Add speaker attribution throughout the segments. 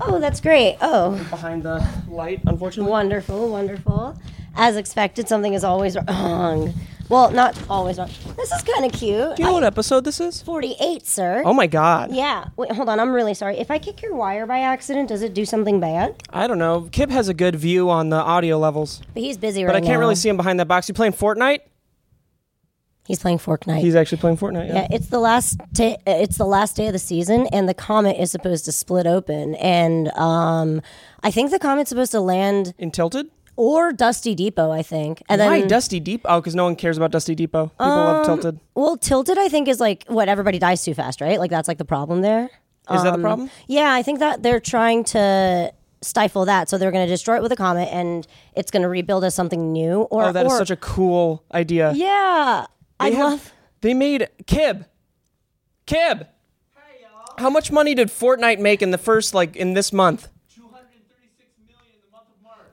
Speaker 1: Oh, that's great. Oh,
Speaker 2: behind the light, unfortunately.
Speaker 1: wonderful, wonderful. As expected, something is always wrong. Well, not always wrong. This is kind of cute.
Speaker 2: Do you know what episode this is?
Speaker 1: 48, sir.
Speaker 2: Oh my god.
Speaker 1: Yeah. Wait, hold on. I'm really sorry. If I kick your wire by accident, does it do something bad?
Speaker 2: I don't know. Kip has a good view on the audio levels,
Speaker 1: But he's busy right
Speaker 2: but
Speaker 1: now.
Speaker 2: I can't really see him behind that box. You playing Fortnite?
Speaker 1: He's playing Fortnite.
Speaker 2: He's actually playing Fortnite. Yeah.
Speaker 1: Yeah, it's the last ta- it's the last day of the season, and the comet is supposed to split open. And um, I think the comet's supposed to land
Speaker 2: In Tilted?
Speaker 1: or Dusty Depot. I think, and then Um,
Speaker 2: Why Dusty Depot? Oh, because no one cares about Dusty Depot. People love Tilted.
Speaker 1: well, Tilted. I think is like what everybody dies too fast, right? Like that's like the problem there.
Speaker 2: Is
Speaker 1: um,
Speaker 2: that the problem?
Speaker 1: Yeah, I think that they're trying to stifle that, so they're going to destroy it with a comet, and it's going to rebuild as something new. Or
Speaker 2: Oh, that is
Speaker 1: or-
Speaker 2: such a cool idea.
Speaker 1: yeah. I
Speaker 2: They have-
Speaker 1: love.
Speaker 2: They made Kib. Kib. How much money did Fortnite make in the first like in this month?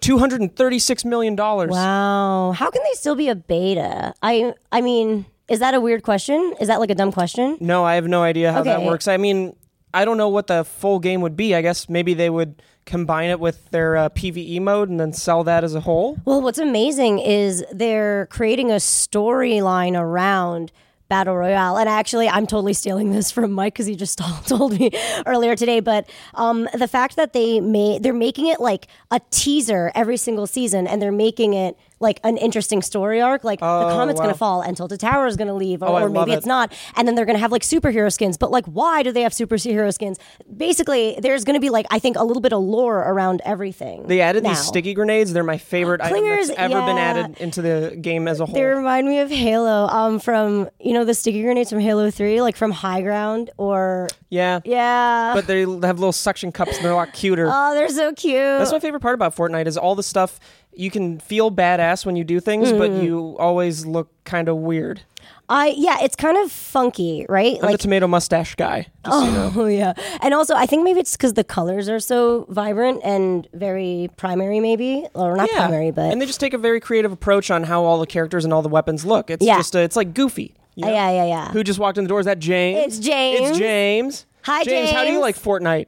Speaker 2: 236 million dollars.
Speaker 1: Wow. How can they still be a beta? I I mean, is that a weird question? Is that like a dumb question?
Speaker 2: No, I have no idea how that
Speaker 1: Okay.
Speaker 2: works. I mean, I don't know what the full game would be. I guess maybe they would combine it with their uh, PVE mode and then sell that as a whole.
Speaker 1: Well, what's amazing is they're creating a storyline around Battle Royale. And actually, I'm totally stealing this from Mike because he just told me earlier today. But um, the fact that they made they're making it like a teaser every single season, and they're making it like an interesting story arc. Like the comet's
Speaker 2: Oh, wow. Oh,
Speaker 1: gonna fall, and Tilted Tower is gonna leave, or,
Speaker 2: I
Speaker 1: or
Speaker 2: love
Speaker 1: maybe
Speaker 2: it.
Speaker 1: it's not. And then they're gonna have like superhero skins. But like, why do they have superhero skins? Basically, there's gonna be like I think a little bit of lore around everything.
Speaker 2: They added these
Speaker 1: now.
Speaker 2: sticky grenades. They're my favorite item
Speaker 1: Clingers,
Speaker 2: that's ever been
Speaker 1: yeah.
Speaker 2: added into the game as a whole.
Speaker 1: They remind me of Halo, um, from you know the sticky grenades from Halo Three, like from High Ground, or
Speaker 2: yeah.
Speaker 1: yeah,
Speaker 2: But they have little suction cups and they're a lot cuter.
Speaker 1: oh, they're so cute.
Speaker 2: That's my favorite part about Fortnite is all the stuff you can feel badass when you do things,
Speaker 1: Mm.
Speaker 2: but you always look kind of weird.
Speaker 1: I yeah, it's kind of funky, right?
Speaker 2: I'm the tomato mustache guy. Just so you know.
Speaker 1: oh yeah, and also I think maybe it's because the colors are so vibrant and very primary, maybe or not primary, but
Speaker 2: and they just take a very creative approach on how all the characters and all the weapons look. It's
Speaker 1: Yeah.
Speaker 2: just uh it's like goofy. you know?
Speaker 1: yeah, yeah, yeah.
Speaker 2: Who just walked in the door? Is that James?
Speaker 1: It's James.
Speaker 2: It's James.
Speaker 1: Hi,
Speaker 2: How do you
Speaker 1: James.
Speaker 2: like Fortnite?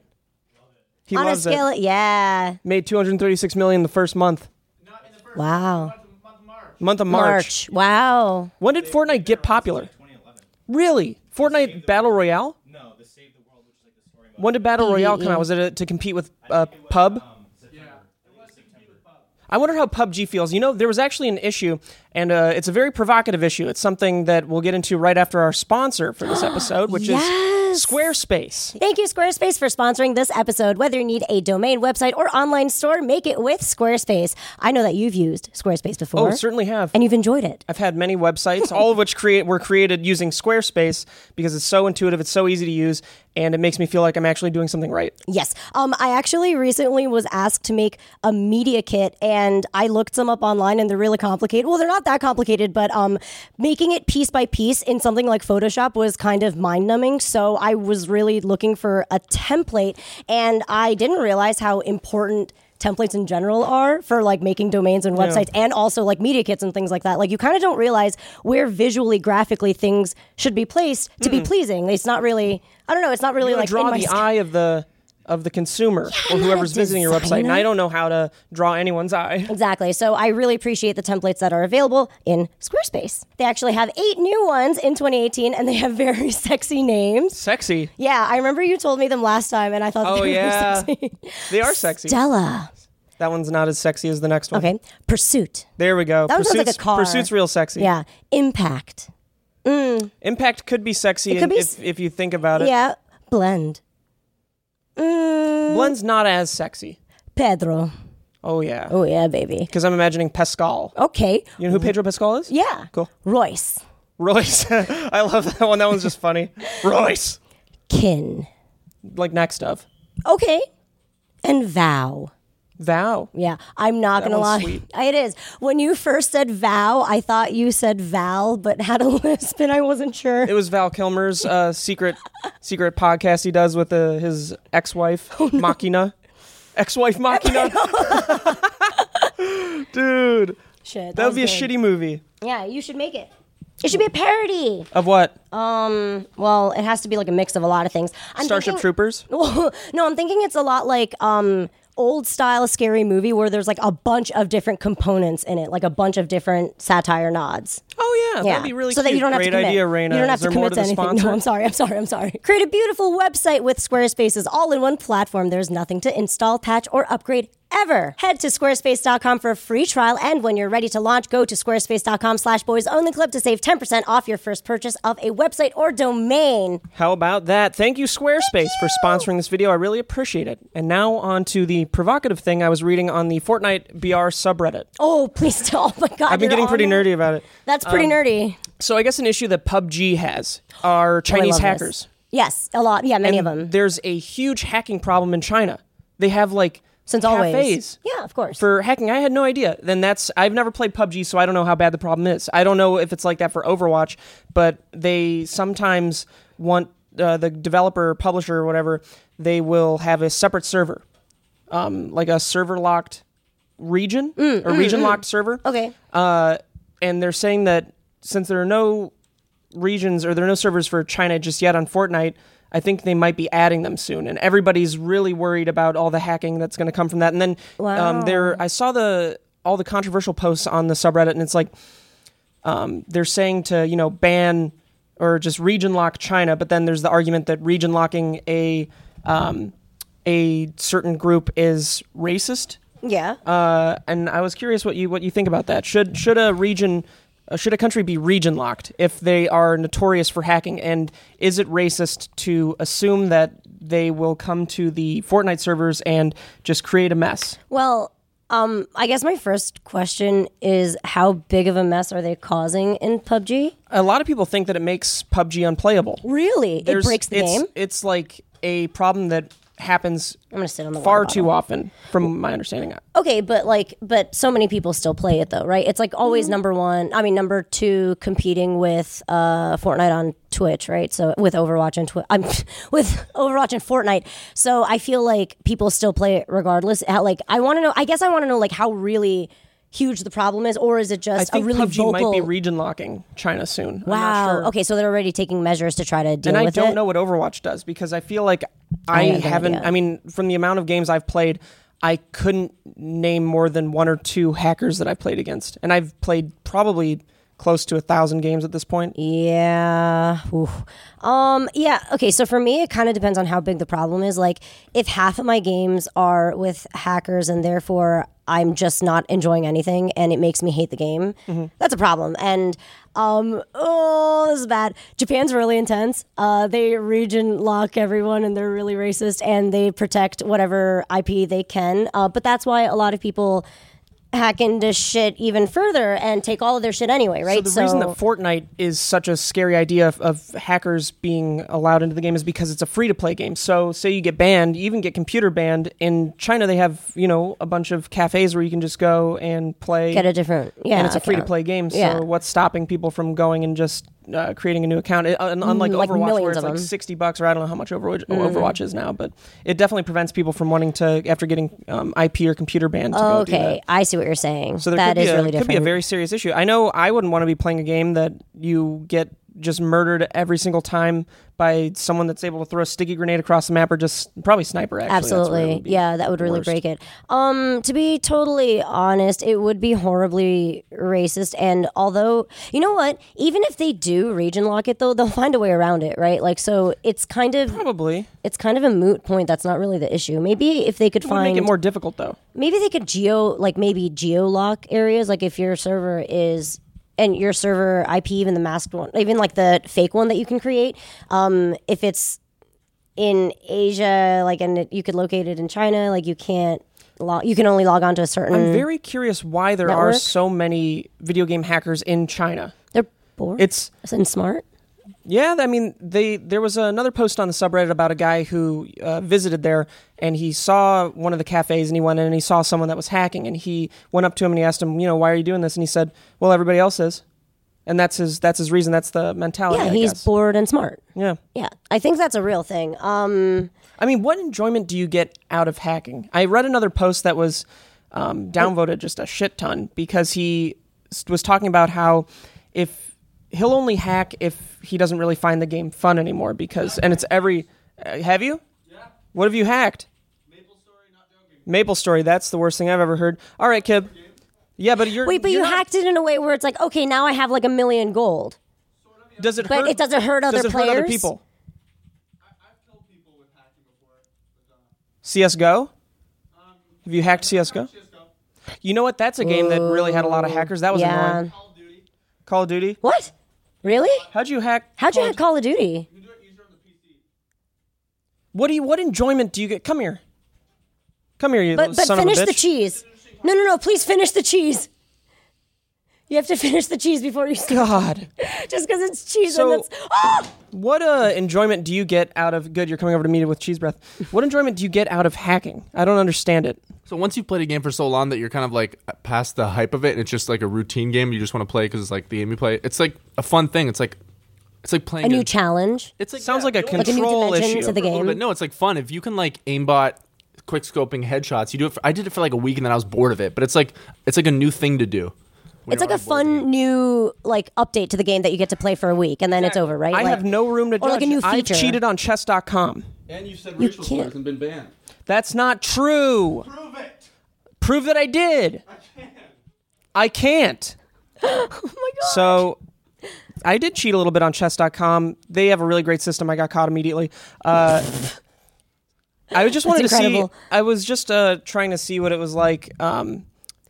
Speaker 2: He
Speaker 1: On a
Speaker 2: loves
Speaker 1: scale,
Speaker 2: it.
Speaker 1: of- yeah,
Speaker 2: Made 236 million the first month.
Speaker 1: wow,
Speaker 2: Month of
Speaker 1: March,
Speaker 2: March.
Speaker 1: wow.
Speaker 2: When did Fortnite get popular? Really? Fortnite Battle Royale?
Speaker 3: No, the Save the World, which is like the story mode.
Speaker 2: When did
Speaker 1: E
Speaker 2: Battle Royale come out? Was it uh to compete with uh, Pub?
Speaker 3: um,
Speaker 2: I wonder how PUBG feels. You know, there was actually an issue, and uh, it's a very provocative issue. It's something that we'll get into right after our sponsor for this episode, which is
Speaker 1: Yes.
Speaker 2: Squarespace.
Speaker 1: Thank you, Squarespace, for sponsoring this episode. Whether you need a domain, website, or online store, make it with Squarespace. I know that you've used Squarespace
Speaker 2: Oh,
Speaker 1: before,
Speaker 2: certainly have.
Speaker 1: and you've enjoyed it.
Speaker 2: I've had many websites, all of which create were created using Squarespace because it's so intuitive, it's so easy to use, and it makes me feel like I'm actually doing something right.
Speaker 1: Yes. Um, I actually recently was asked to make a media kit, and I looked some up online, and they're really complicated. Well, they're not that complicated, but um, making it piece by piece in something like Photoshop was kind of mind numbing. So I was really looking for a template, and I didn't realize how important templates in general are for like making domains and websites and also like media kits and things like that. Like you kind of don't realize where visually, graphically things should be placed to be pleasing. It's not really, I don't know, it's not really
Speaker 2: Hmm. You
Speaker 1: like
Speaker 2: like draw
Speaker 1: in my
Speaker 2: the
Speaker 1: skill-
Speaker 2: eye of the of the consumer or
Speaker 1: I'm not a
Speaker 2: whoever's visiting your website, and
Speaker 1: designer.
Speaker 2: I don't know how to draw anyone's eye.
Speaker 1: Exactly. So I really appreciate the templates that are available in Squarespace. They actually have eight new ones in 2018 and they have very sexy names.
Speaker 2: Sexy.
Speaker 1: Yeah, I remember you told me them last time and I thought
Speaker 2: Oh,
Speaker 1: they
Speaker 2: yeah.
Speaker 1: were sexy.
Speaker 2: They are sexy.
Speaker 1: Della.
Speaker 2: That one's not as sexy as the next one.
Speaker 1: Okay. Pursuit.
Speaker 2: There we go.
Speaker 1: That one sounds like
Speaker 2: Pursuit's,
Speaker 1: a car.
Speaker 2: Pursuit's real sexy.
Speaker 1: Yeah. Impact.
Speaker 2: Impact could be sexy
Speaker 1: could be
Speaker 2: if, if you think about it.
Speaker 1: Yeah. Blend. Mm,
Speaker 2: Blend's not as sexy.
Speaker 1: Pedro.
Speaker 2: Oh, Mm-hmm. yeah.
Speaker 1: Oh, yeah, baby.
Speaker 2: Because I'm imagining Pascal.
Speaker 1: Okay.
Speaker 2: You know who Pedro Pascal is?
Speaker 1: Yeah.
Speaker 2: Cool.
Speaker 1: Royce.
Speaker 2: Royce. I love that one. That one's just funny. Royce.
Speaker 1: Kin.
Speaker 2: Like next of.
Speaker 1: Okay. And Vow.
Speaker 2: Vow.
Speaker 1: Yeah, I'm not gonna lie.
Speaker 2: one's sweet.
Speaker 1: It is. When you first said vow, I thought you said Val, but had a lisp and I wasn't sure.
Speaker 2: It was Val Kilmer's uh, secret secret podcast he does with uh, his ex wife, Machina. Ex wife Machina. Dude.
Speaker 1: Shit,
Speaker 2: That would
Speaker 1: was
Speaker 2: be a
Speaker 1: good.
Speaker 2: shitty movie.
Speaker 1: Yeah, you should make it. It should be a parody.
Speaker 2: Of what?
Speaker 1: Well, it has to be like a mix of a lot of things. I'm
Speaker 2: Starship
Speaker 1: thinking-
Speaker 2: Troopers?
Speaker 1: no, I'm thinking it's a lot like um old style scary movie where there's like a bunch of different components in it, like a bunch of different satire nods.
Speaker 2: Oh yeah,
Speaker 1: Yeah,
Speaker 2: that'd be really
Speaker 1: so that
Speaker 2: cute.
Speaker 1: you don't have
Speaker 2: Great
Speaker 1: to commit.
Speaker 2: idea, Raina.
Speaker 1: You don't have
Speaker 2: Is there
Speaker 1: to
Speaker 2: more
Speaker 1: commit
Speaker 2: to,
Speaker 1: to
Speaker 2: the
Speaker 1: anything.
Speaker 2: sponsor?
Speaker 1: No, I'm sorry. I'm sorry. I'm sorry. Create a beautiful website with Squarespace's all-in-one platform. There's nothing to install, patch, or upgrade ever. Head to squarespace.com for a free trial, and when you're ready to launch, go to squarespace.com/boysonlyclub to save 10% off your first purchase of a website or domain.
Speaker 2: How about that? Thank you, Squarespace, for sponsoring this video. I really appreciate it. And now on to the provocative thing I was reading on the Fortnite BR subreddit.
Speaker 1: Oh, please don't! Oh my God,
Speaker 2: I've been
Speaker 1: you're
Speaker 2: getting
Speaker 1: on
Speaker 2: pretty
Speaker 1: there.
Speaker 2: nerdy Um, about it.
Speaker 1: That's pretty nerdy.
Speaker 2: So I guess an issue that PUBG has are
Speaker 1: Oh, I
Speaker 2: Chinese
Speaker 1: love this.
Speaker 2: hackers.
Speaker 1: Yes, a lot. Yeah, many of them.
Speaker 2: There's a huge hacking problem in China. They have like
Speaker 1: Since
Speaker 2: cafes.
Speaker 1: always. Yeah, of course.
Speaker 2: for hacking. I had no idea. Then that's I've never played PUBG, so I don't know how bad the problem is. I don't know if it's like that for Overwatch, but they sometimes want uh, the developer, or publisher, or whatever. They will have a separate server, um, like a server locked region or region locked server.
Speaker 1: okay.
Speaker 2: Uh, and they're saying that since there are no regions or there are no servers for China just yet on Fortnite, I think they might be adding them soon. And everybody's really worried about all the hacking that's going to come from that. And then um, there, I saw the all the controversial posts on the subreddit, and it's like um, they're saying to you know ban or just region lock China, but then there's the argument that region locking a um, a certain group is racist.
Speaker 1: Yeah.
Speaker 2: Uh, and I was curious what you what you think about that. Should should a region uh, should a country be region locked if they are notorious for hacking? And is it racist to assume that they will come to the Fortnite servers and just create a mess?
Speaker 1: Well, um, I guess my first question is how big of a mess are they causing in PUBG?
Speaker 2: A lot of people think that it makes PUBG unplayable.
Speaker 1: Really?
Speaker 2: There's-
Speaker 1: it breaks the
Speaker 2: it's,
Speaker 1: game?
Speaker 2: It's like a problem that happens
Speaker 1: I'm going to sit on the
Speaker 2: far
Speaker 1: water
Speaker 2: too often, from my understanding.
Speaker 1: bottle. Okay, but like but so many people still play it though, right? It's like always
Speaker 2: Mm-hmm.
Speaker 1: number 1, I mean number 2 competing with uh Fortnite on Twitch, right? So with Overwatch and Twitch I'm with Overwatch and Fortnite. So I feel like people still play it regardless. How, like I want to know I guess I want to know like how really huge the problem is or is it
Speaker 2: I
Speaker 1: just
Speaker 2: think
Speaker 1: a really
Speaker 2: PUBG
Speaker 1: vocal
Speaker 2: might be region locking China soon. I'm not
Speaker 1: Wow.
Speaker 2: sure.
Speaker 1: Okay, so they're already taking measures to try to deal
Speaker 2: and I
Speaker 1: with
Speaker 2: don't
Speaker 1: it.
Speaker 2: know what Overwatch does because I feel like I,
Speaker 1: have no
Speaker 2: haven't.
Speaker 1: idea.
Speaker 2: I mean, from the amount of games I've played, I couldn't name more than one or two hackers that I've played against, and I've played probably close to a thousand games at this point.
Speaker 1: Yeah. Oof. Um. Yeah. Okay. So for me, it kind of depends on how big the problem is. Like, if half of my games are with hackers, and therefore I'm just not enjoying anything, and it makes me hate the game,
Speaker 2: Mm-hmm.
Speaker 1: that's a problem. And um. Oh, this is bad. Japan's really intense. Uh, they region lock everyone, and they're really racist, and they protect whatever IP they can. Uh, but that's why a lot of people. Hack into shit even further and take all of their shit anyway, right?
Speaker 2: So the reason that Fortnite is such a scary idea of, of hackers being allowed into the game is because it's a free to play game. So say you get banned, you even get computer banned. In China, they have you know a bunch of cafes where you can just go and play.
Speaker 1: get a different yeah
Speaker 2: and it's a free to play
Speaker 1: account.
Speaker 2: game. So
Speaker 1: Yeah.
Speaker 2: what's stopping people from going and just uh, creating a new account? It- un- unlike
Speaker 1: Mm, like
Speaker 2: Overwatch,
Speaker 1: millions
Speaker 2: where
Speaker 1: of
Speaker 2: it's like
Speaker 1: them. Mm.
Speaker 2: sixty bucks, or I don't know how much Overwatch, Overwatch is now, but it definitely prevents people from wanting to after getting um, IP or computer banned. To go do
Speaker 1: okay
Speaker 2: that.
Speaker 1: i see what you're saying
Speaker 2: So there
Speaker 1: that
Speaker 2: could be
Speaker 1: is
Speaker 2: a,
Speaker 1: really
Speaker 2: could
Speaker 1: different
Speaker 2: be a very serious issue. I know I wouldn't want to be playing a game that you get just murdered every single time by someone that's able to throw a sticky grenade across the map or just probably sniper. Actually, That's where it
Speaker 1: absolutely
Speaker 2: would be
Speaker 1: yeah that would really
Speaker 2: worst.
Speaker 1: break it um to be totally honest it would be horribly racist and although you know what even if they do region lock it though they'll find a way around it right like so it's kind of
Speaker 2: Probably
Speaker 1: it's kind of a moot point that's not really the issue maybe if they could
Speaker 2: would
Speaker 1: find
Speaker 2: make it more difficult though.
Speaker 1: maybe they could geo like maybe geo lock areas like if your server is and your server ip even the masked one even like the fake one that you can create um if it's in asia like and it, you could locate it in china like you can't log you can only log on to a certain
Speaker 2: I'm very curious why there are
Speaker 1: Mm. Network?
Speaker 2: so many video game hackers in China.
Speaker 1: they're bored
Speaker 2: It's
Speaker 1: and smart
Speaker 2: yeah, I mean, they there was another post on the subreddit about a guy who uh, visited there and he saw one of the cafes and he went in and he saw someone that was hacking and he went up to him and he asked him, you know, why are you doing this? And he said, well, everybody else is, and that's his that's his reason. That's the mentality.
Speaker 1: yeah
Speaker 2: I
Speaker 1: he's
Speaker 2: guess.
Speaker 1: bored and smart
Speaker 2: yeah.
Speaker 1: yeah i think that's a real thing um
Speaker 2: I mean, what enjoyment do you get out of hacking? I read another post that was um, downvoted just a shit ton because he s- was talking about how if he'll only hack if he doesn't really find the game fun anymore because and it's every uh, have you?
Speaker 3: Yeah.
Speaker 2: What have you hacked?
Speaker 3: Maple story, not joking.
Speaker 2: Maple Story, that's the worst thing I've ever heard. All right, Kib. Yeah, but you're
Speaker 1: Wait, but
Speaker 2: you're
Speaker 1: you
Speaker 2: not-
Speaker 1: hacked it in a way where it's like, okay, now I have like a million gold.
Speaker 2: Does it
Speaker 1: but
Speaker 2: hurt,
Speaker 1: it doesn't hurt other
Speaker 2: does it Hurt other
Speaker 1: players?
Speaker 2: people.
Speaker 3: I, I've killed people with hacking before. But, uh,
Speaker 2: CS:GO? Have you hacked CS:GO?
Speaker 3: CS:GO,
Speaker 2: You know what? That's a game that really had a lot of hackers. That was
Speaker 1: Oh, yeah.
Speaker 2: annoying.
Speaker 3: Call of Duty.
Speaker 2: Call of Duty.
Speaker 1: What? Really?
Speaker 2: How'd you hack?
Speaker 1: How'd you
Speaker 2: Call of-
Speaker 1: hack Call of Duty?
Speaker 3: You can do it easier on the PC.
Speaker 2: What do you? What enjoyment do you get? Come here. Come here, you
Speaker 1: But but
Speaker 2: son
Speaker 1: finish
Speaker 2: of a
Speaker 1: the
Speaker 2: bitch.
Speaker 1: cheese. No, no, no. Please finish the cheese. You have to finish the cheese before you stop.
Speaker 2: God,
Speaker 1: Just because it's cheese
Speaker 2: So-
Speaker 1: and that's ah!
Speaker 2: what uh, enjoyment do you get out of? Good, you're coming over to meet with cheese breath. What enjoyment do you get out of hacking? I don't understand it.
Speaker 4: So once you've played a game for so long that you're kind of like past the hype of it, and it's just like a routine game you just want to play because it's like the game you play. It's like a fun thing. It's like it's like playing
Speaker 1: a new
Speaker 4: a-
Speaker 1: challenge.
Speaker 4: It's like
Speaker 2: Sounds like a
Speaker 4: you want
Speaker 1: a new
Speaker 2: control
Speaker 1: dimension
Speaker 2: issue.
Speaker 1: to the
Speaker 4: for a little
Speaker 1: game.
Speaker 4: bit. No, it's like fun if you can like aimbot, quick scoping headshots. You do it. For, I did it for like a week and then I was bored of it. But it's like it's like a new thing to do. when
Speaker 1: It's
Speaker 4: you're
Speaker 1: like a
Speaker 4: on board with
Speaker 1: fun new like update to the game that you get to play for a week and then it's over, right?
Speaker 2: I
Speaker 1: Like-
Speaker 2: have no room to judge.
Speaker 1: or like a new
Speaker 2: I've
Speaker 1: feature.
Speaker 2: cheated on chess.com.
Speaker 4: And you said
Speaker 1: racial can't- slurs
Speaker 4: and been banned.
Speaker 2: That's not true.
Speaker 3: Prove it.
Speaker 2: Prove that I did.
Speaker 3: I can.
Speaker 2: I can't.
Speaker 1: Oh
Speaker 2: So I did cheat a little bit on chess.com. They have a really great system. I got caught immediately. Uh, I just wanted to see.
Speaker 1: incredible.
Speaker 2: I was just uh, trying to see what it was like. Um,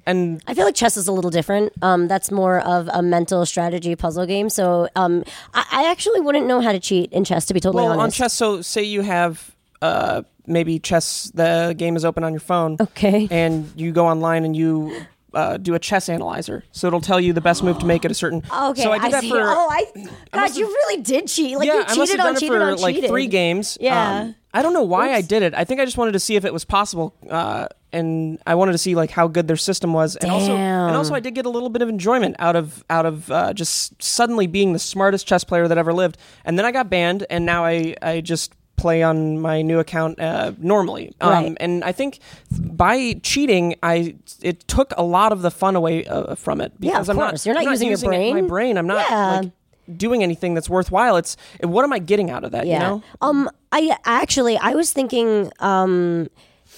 Speaker 2: and
Speaker 1: I feel like chess is a little different. Um, that's more of a mental strategy puzzle game. So um, I, I actually wouldn't know how to cheat in chess, to be totally
Speaker 2: well, on
Speaker 1: honest.
Speaker 2: chess, so say you have uh, maybe chess, the game is open on your phone.
Speaker 1: Okay.
Speaker 2: And you go online and you. Uh, do a chess analyzer, so it'll tell you the best move to make at a certain.
Speaker 1: okay,
Speaker 2: so I did that
Speaker 1: see.
Speaker 2: for.
Speaker 1: oh, I God,
Speaker 2: must
Speaker 1: you really did cheat. Like
Speaker 2: yeah, I
Speaker 1: you
Speaker 2: must have
Speaker 1: cheated
Speaker 2: done
Speaker 1: on
Speaker 2: it
Speaker 1: cheated
Speaker 2: for
Speaker 1: on
Speaker 2: like
Speaker 1: cheated.
Speaker 2: three games.
Speaker 1: Yeah.
Speaker 2: Um, I don't know why I did it. I think I just wanted to see if it was possible, uh, and I wanted to see like how good their system was, and also and
Speaker 1: Damn.
Speaker 2: also I did get a little bit of enjoyment out of out of uh, just suddenly being the smartest chess player that ever lived, and then I got banned, and now I I just play on my new account uh, normally um,
Speaker 1: Right.
Speaker 2: and i think by cheating i it took a lot of the fun away uh, from it
Speaker 1: Yeah,
Speaker 2: because
Speaker 1: of
Speaker 2: I'm not,
Speaker 1: course. You're not
Speaker 2: I'm
Speaker 1: using your
Speaker 2: it- my
Speaker 1: brain.
Speaker 2: brain. I'm not
Speaker 1: Yeah.
Speaker 2: like doing anything that's worthwhile. It's what am I getting out of that? You know,
Speaker 1: Um, I actually I was thinking um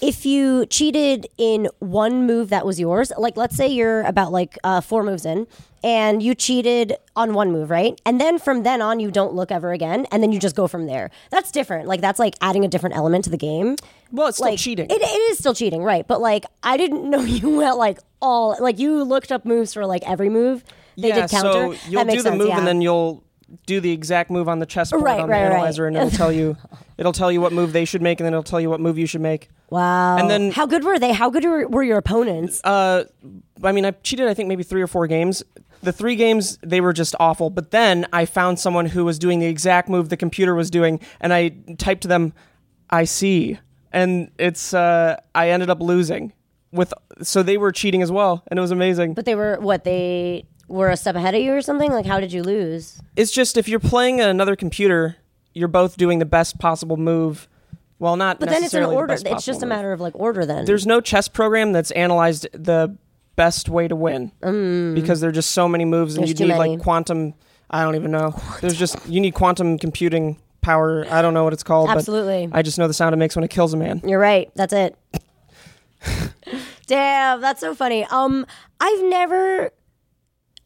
Speaker 1: if you cheated in one move that was yours, like let's say you're about like uh, four moves in and you cheated on one move, right? And then from then on you don't look ever again and then you just go from there. That's different. Like that's like adding a different element to the game.
Speaker 2: well, it's still
Speaker 1: like
Speaker 2: cheating.
Speaker 1: It, it is still cheating, right? But like I didn't know you went like all like you looked up moves for like every move. They
Speaker 2: yeah,
Speaker 1: did counter.
Speaker 2: so you'll
Speaker 1: that makes
Speaker 2: do the
Speaker 1: sense,
Speaker 2: move
Speaker 1: yeah.
Speaker 2: and then you'll do the exact move on the chessboard
Speaker 1: Right,
Speaker 2: on
Speaker 1: right,
Speaker 2: the
Speaker 1: right.
Speaker 2: analyzer, and it'll tell you, it'll tell you what move they should make, and then it'll tell you what move you should make.
Speaker 1: wow.
Speaker 2: and then-
Speaker 1: how good were they? How good were, were your opponents?
Speaker 2: Uh, I mean, I cheated. I think maybe three or four games. The three games they were just awful. But then I found someone who was doing the exact move the computer was doing, and I typed to them, "I see," and it's. Uh, I ended up losing with. So they were cheating as well, and it was amazing.
Speaker 1: But they were what they were a step ahead of you or something. Like, how did you lose?
Speaker 2: it's just if you're playing another computer, you're both doing the best possible move. Well, not.
Speaker 1: But then it's an
Speaker 2: necessarily the
Speaker 1: order.
Speaker 2: best
Speaker 1: It's just
Speaker 2: possible
Speaker 1: a
Speaker 2: move.
Speaker 1: matter of like order. Then
Speaker 2: there's no chess program that's analyzed the best way to win because there are just so many moves and
Speaker 1: Mm. There's
Speaker 2: you
Speaker 1: too
Speaker 2: need
Speaker 1: many.
Speaker 2: like quantum i don't even know there's just you need quantum computing power i don't know what it's called
Speaker 1: Absolutely.
Speaker 2: but i just know the sound it makes when it kills a man
Speaker 1: You're right. That's it. Damn, that's so funny. Um, I've never,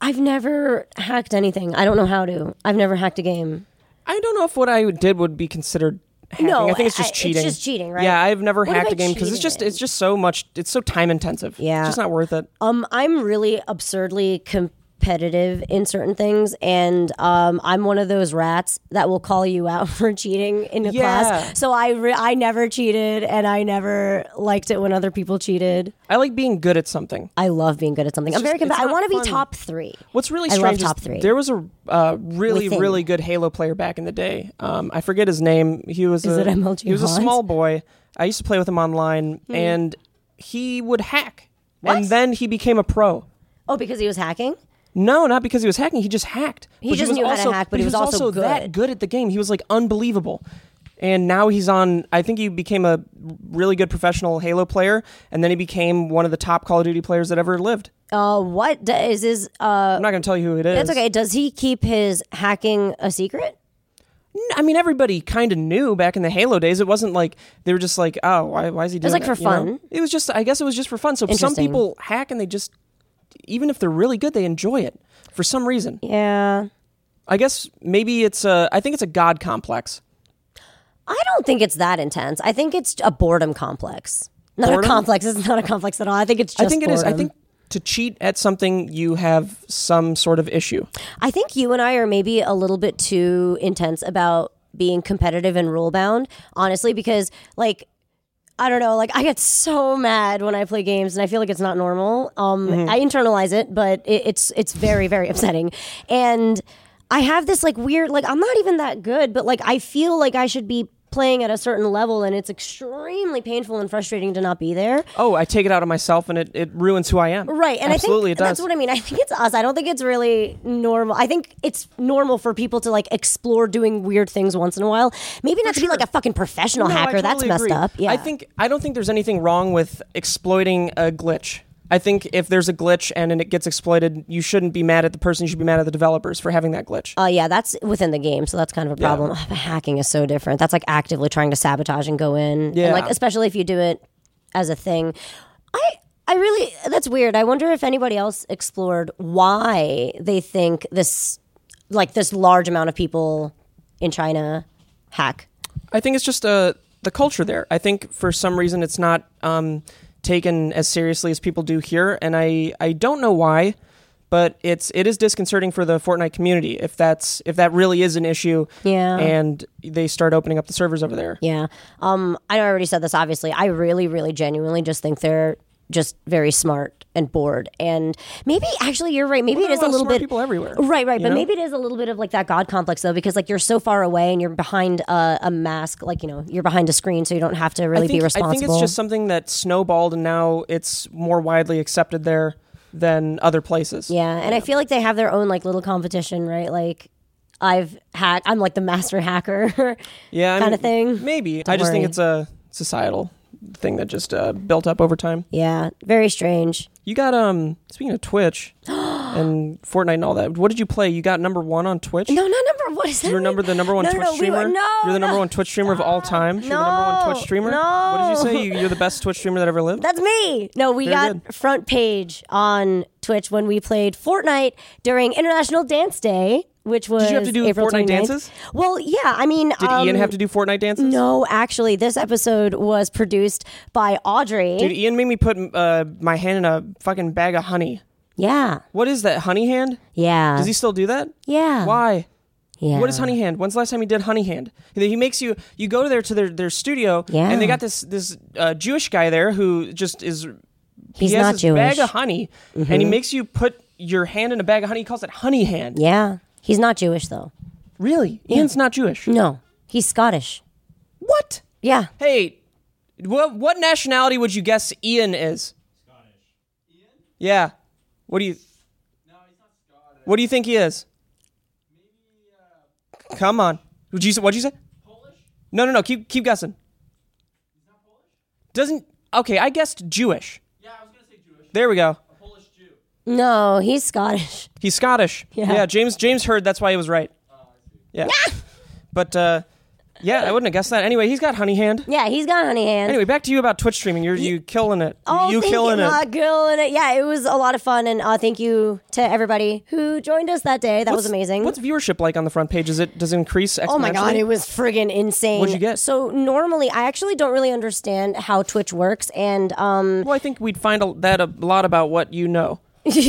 Speaker 1: I've never hacked anything. I don't know how to. I've never hacked a game.
Speaker 2: i don't know if what i did would be considered hacking
Speaker 1: No,
Speaker 2: i think it's
Speaker 1: I-
Speaker 2: just
Speaker 1: it's
Speaker 2: cheating
Speaker 1: just cheating, right?
Speaker 2: yeah i've never
Speaker 1: What have I
Speaker 2: hacked a game because it's
Speaker 1: cheated
Speaker 2: just
Speaker 1: in?
Speaker 2: it's just so much it's so time intensive
Speaker 1: Yeah.
Speaker 2: it's just not worth it
Speaker 1: Um, I'm really absurdly competitive in certain things, and um, I'm one of those rats that will call you out for cheating in a
Speaker 2: Yeah.
Speaker 1: class. So I, re- I never cheated, and I never liked it when other people cheated.
Speaker 2: i like being good at something
Speaker 1: I love being good at something. I'm very
Speaker 2: just- it's
Speaker 1: competitive. I
Speaker 2: not
Speaker 1: want to
Speaker 2: fun.
Speaker 1: be top three.
Speaker 2: What's really
Speaker 1: I love
Speaker 2: strange
Speaker 1: top
Speaker 2: is
Speaker 1: three.
Speaker 2: there was a uh, really
Speaker 1: Within.
Speaker 2: really good Halo player back in the day. Um, I forget his name. He was
Speaker 1: Is
Speaker 2: a,
Speaker 1: it MLG
Speaker 2: he was a
Speaker 1: Hans?
Speaker 2: small boy. I used to play with him online,
Speaker 1: Hmm.
Speaker 2: and he would hack, and then he became a pro.
Speaker 1: Oh, because he was hacking.
Speaker 2: No, not because he was hacking. He just hacked. But He
Speaker 1: just
Speaker 2: was
Speaker 1: knew how to hack, but he was also good.
Speaker 2: that good at the game. He was like unbelievable. And now he's on. I think he became a really good professional Halo player, and then he became one of the top Call of Duty players that ever lived.
Speaker 1: Uh, what d- is his? Uh,
Speaker 2: I'm not going to tell you who it is.
Speaker 1: that's okay. Does he keep his hacking a secret?
Speaker 2: I mean, everybody kind of knew back in the Halo days. It wasn't like they were just like, oh, why, why is he doing?
Speaker 1: like
Speaker 2: that,
Speaker 1: for
Speaker 2: you know?
Speaker 1: fun.
Speaker 2: It was just, I guess, it was just for fun. So some
Speaker 1: Interesting.
Speaker 2: people hack and they just, even if they're really good, they enjoy it for some reason.
Speaker 1: Yeah.
Speaker 2: I guess maybe it's a, I think it's a god complex.
Speaker 1: I don't think it's that intense. I think it's a boredom complex. Not a
Speaker 2: Boredom?
Speaker 1: complex. It's not a complex at all. I think it's just
Speaker 2: I think it is. I
Speaker 1: boredom.
Speaker 2: think to cheat at something, you have some sort of issue.
Speaker 1: I think you and I are maybe a little bit too intense about being competitive and rule bound, honestly, because like I don't know, like I get so mad when I play games and I feel like it's not normal. Um I internalize it, but it, it's it's very, very upsetting. And I have this like weird like I'm not even that good, but like I feel like I should be playing at a certain level and it's extremely painful and frustrating to not be there.
Speaker 2: Oh, I take it out on myself and it, it ruins who I am.
Speaker 1: Right, and
Speaker 2: Absolutely,
Speaker 1: I think
Speaker 2: it does.
Speaker 1: that's what I mean. I think it's us. I don't think it's really normal. I think it's normal for people to like explore doing weird things once in a while. Maybe not to be like a fucking professional
Speaker 2: No, I
Speaker 1: hacker. that's
Speaker 2: totally
Speaker 1: messed
Speaker 2: agree.
Speaker 1: up. Yeah,
Speaker 2: I think I don't think there's anything wrong with exploiting a glitch. I think if there's a glitch and it gets exploited, you shouldn't be mad at the person. You should be mad at the developers for having that glitch.
Speaker 1: Uh, yeah, that's within the game, so that's kind of a problem. Ugh, but hacking is so different. That's like actively trying to sabotage and go in,
Speaker 2: Yeah.
Speaker 1: and like especially if you do it as a thing. I I really that's weird. I wonder if anybody else explored why they think this like this large amount of people in China hack.
Speaker 2: I think it's just uh, the culture there. I think for some reason it's not um, taken as seriously as people do here, and I, I don't know why, but it's it is disconcerting for the Fortnite community if that's if that really is an issue.
Speaker 1: Yeah.
Speaker 2: and they start opening up the servers over there.
Speaker 1: Yeah. Um, I know I already said this, obviously. I really, really genuinely just think they're just very smart and bored. And maybe, actually, you're right. Maybe
Speaker 2: Well,
Speaker 1: it
Speaker 2: there
Speaker 1: is
Speaker 2: are
Speaker 1: a little
Speaker 2: smart
Speaker 1: bit.
Speaker 2: people everywhere,
Speaker 1: Right, right.
Speaker 2: you
Speaker 1: But
Speaker 2: know?
Speaker 1: maybe it is a little bit of like that God complex, though, because like you're so far away and you're behind a, a mask, like, you know, you're behind a screen, so you don't have to really be
Speaker 2: I
Speaker 1: responsible.
Speaker 2: think it's just something that snowballed, and now it's more widely accepted there than other places.
Speaker 1: Yeah, and I feel like they have their own like little competition, right? Like I've hacked, I'm like the master hacker.
Speaker 2: yeah, I
Speaker 1: kinda
Speaker 2: mean,
Speaker 1: thing.
Speaker 2: Maybe I just
Speaker 1: worry.
Speaker 2: think it's a societal thing that just uh, built up over time.
Speaker 1: yeah, very strange.
Speaker 2: You got um. Speaking of Twitch and Fortnite and all that, what did you play? You got number one on Twitch.
Speaker 1: No, not number. What is that?
Speaker 2: You were number the number one
Speaker 1: No, no,
Speaker 2: Twitch
Speaker 1: no, we were-
Speaker 2: streamer.
Speaker 1: no,
Speaker 2: you're the number
Speaker 1: no.
Speaker 2: one Twitch streamer of all time. You're the number one
Speaker 1: No,
Speaker 2: Twitch streamer. What did you say? You, you're the best Twitch streamer that ever lived.
Speaker 1: That's me. No, we
Speaker 2: Very
Speaker 1: got
Speaker 2: good.
Speaker 1: front page on Twitch when we played Fortnite during International Dance Day, which was
Speaker 2: you have to do
Speaker 1: April
Speaker 2: Fortnite
Speaker 1: 29th.
Speaker 2: dances?
Speaker 1: Well, yeah. I mean, um,
Speaker 2: did Ian have to do Fortnite dances?
Speaker 1: No, actually, this episode was produced by Audrey.
Speaker 2: Dude, Ian made me put uh, my hand in a fucking bag of honey.
Speaker 1: yeah,
Speaker 2: What is that? Honey hand?
Speaker 1: yeah,
Speaker 2: Does he still do that?
Speaker 1: yeah.
Speaker 2: Why?
Speaker 1: Yeah.
Speaker 2: What is Honey Hand? When's the last time he did Honey Hand? And then He makes you you go there to their their studio,
Speaker 1: Yeah.
Speaker 2: and they got this this uh, Jewish guy there who just is
Speaker 1: He's
Speaker 2: he has
Speaker 1: not
Speaker 2: this
Speaker 1: Jewish. Mm-hmm.
Speaker 2: bag of honey, and he makes you put your hand in a bag of honey. He calls it Honey Hand.
Speaker 1: yeah, he's not Jewish though.
Speaker 2: Really, Ian's not Jewish.
Speaker 1: No, he's Scottish.
Speaker 2: What?
Speaker 1: Yeah,
Speaker 2: Hey, what what nationality would you guess Ian is? Scottish. Ian? Yeah. What do you? No, he's not Scottish. What do you think he is? Maybe. Uh... Come on. Would you? say- What'd you say? Polish. No, no, no. Keep keep guessing. He's not Polish. Doesn't. Okay, I guessed Jewish.
Speaker 3: Yeah, I was gonna say Jewish.
Speaker 2: There we go.
Speaker 3: A Polish Jew.
Speaker 1: no, he's Scottish.
Speaker 2: He's Scottish.
Speaker 1: Yeah.
Speaker 2: James James heard that's why he was right. Yeah. but uh, yeah, I wouldn't have guessed that. Anyway, he's got honey hand.
Speaker 1: Yeah, he's got honey hands.
Speaker 2: Anyway, back to you about Twitch streaming. You're you killing it.
Speaker 1: Oh,
Speaker 2: you
Speaker 1: thank
Speaker 2: killing
Speaker 1: you,
Speaker 2: it.
Speaker 1: uh, killing it. Yeah, it was a lot of fun, and uh, thank you to everybody who joined us that day. That was
Speaker 2: What's-
Speaker 1: amazing.
Speaker 2: What's viewership like on the front page? Is it does it increase exponentially?
Speaker 1: Oh my god, it was friggin' insane.
Speaker 2: What'd you get?
Speaker 1: So normally, I actually don't really understand how Twitch works, and um,
Speaker 2: Well, I think we'd find a, that a lot about what you know.